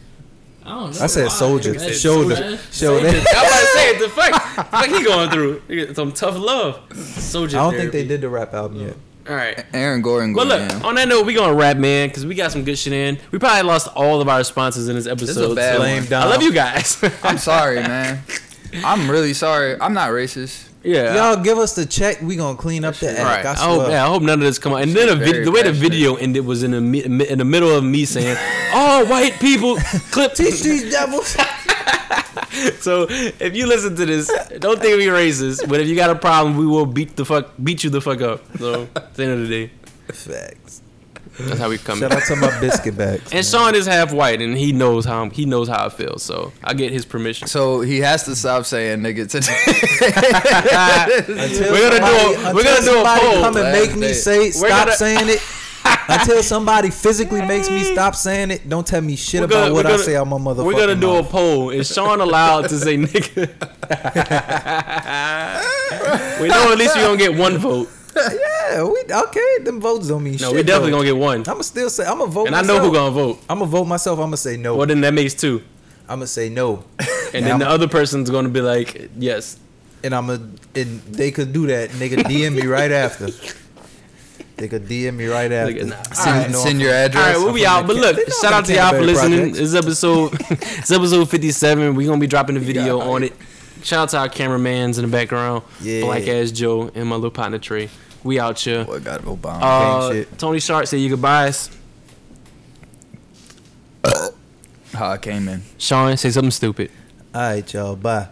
I don't know. I said why. soldier, That's shoulder, trash. shoulder. I I'm about to say it. The fuck, fuck he going through? Nigga, Some tough love. Soldier. don't think therapy. they did the rap album yet. All right. Aaron Gordon But going look, yam. on that note, we gonna wrap, man, because we got some good shit in. We probably lost all of our sponsors in this is episode. a bad so one. Lame I down. love you guys. I'm sorry, man. I'm really sorry. I'm not racist. yeah. Y'all give us the check. We gonna clean up the All right. Oh, act. I I hope, swear. yeah, I hope none of this come out. And She's then a vid- very the way the passionate. video ended was in the mi- mi- in the middle of me saying, "All white people clip." Teach these devils. so if you listen to this, don't think we racist. But if you got a problem, we will beat the fuck beat you the fuck up. So at the end of the day, Facts. that's how we come. Shout out to my biscuit bags. man. And Sean is half white, and he knows how he knows how I feel. So I get his permission. So he has to stop saying nigga today. Until We're gonna do a- somebody- we're gonna until do a somebody poll. Come and Last make me day. say We're stop gonna- saying it. Until somebody physically makes me stop saying it, don't tell me shit We're about gonna- what we're I gonna- say on my motherfucking We're gonna do a mouth. poll. Is Sean allowed to say nigga? we know at least we're gonna get one vote. Yeah, we okay. Them votes don't mean No, shit. we definitely though. gonna get one. I'ma still say I'ma vote. And I know who gonna vote. I'ma vote myself. I'ma say no. Well, then that makes two. I'ma say no. And then the other person's gonna be like, yes. and I'm a and they could do that. And they could DM me right after. They could DM me right after. Nigga, nah. I send, know send I'm- your All address. right, we'll be from out. the But Ca- look, they know shout I'm out to from y'all for Canterbury listening. Projects. This is episode, it's episode fifty-seven. We're gonna be dropping the video Yeah. on it. Shout out to our cameramans in the background, Yeah. Black Ass Joe and my little partner Trey. We out here. Boy, got Oh, Obama. Uh, shit. Tony Sharp say you goodbyes. How I came in. Sean say something stupid. All right, y'all. Bye.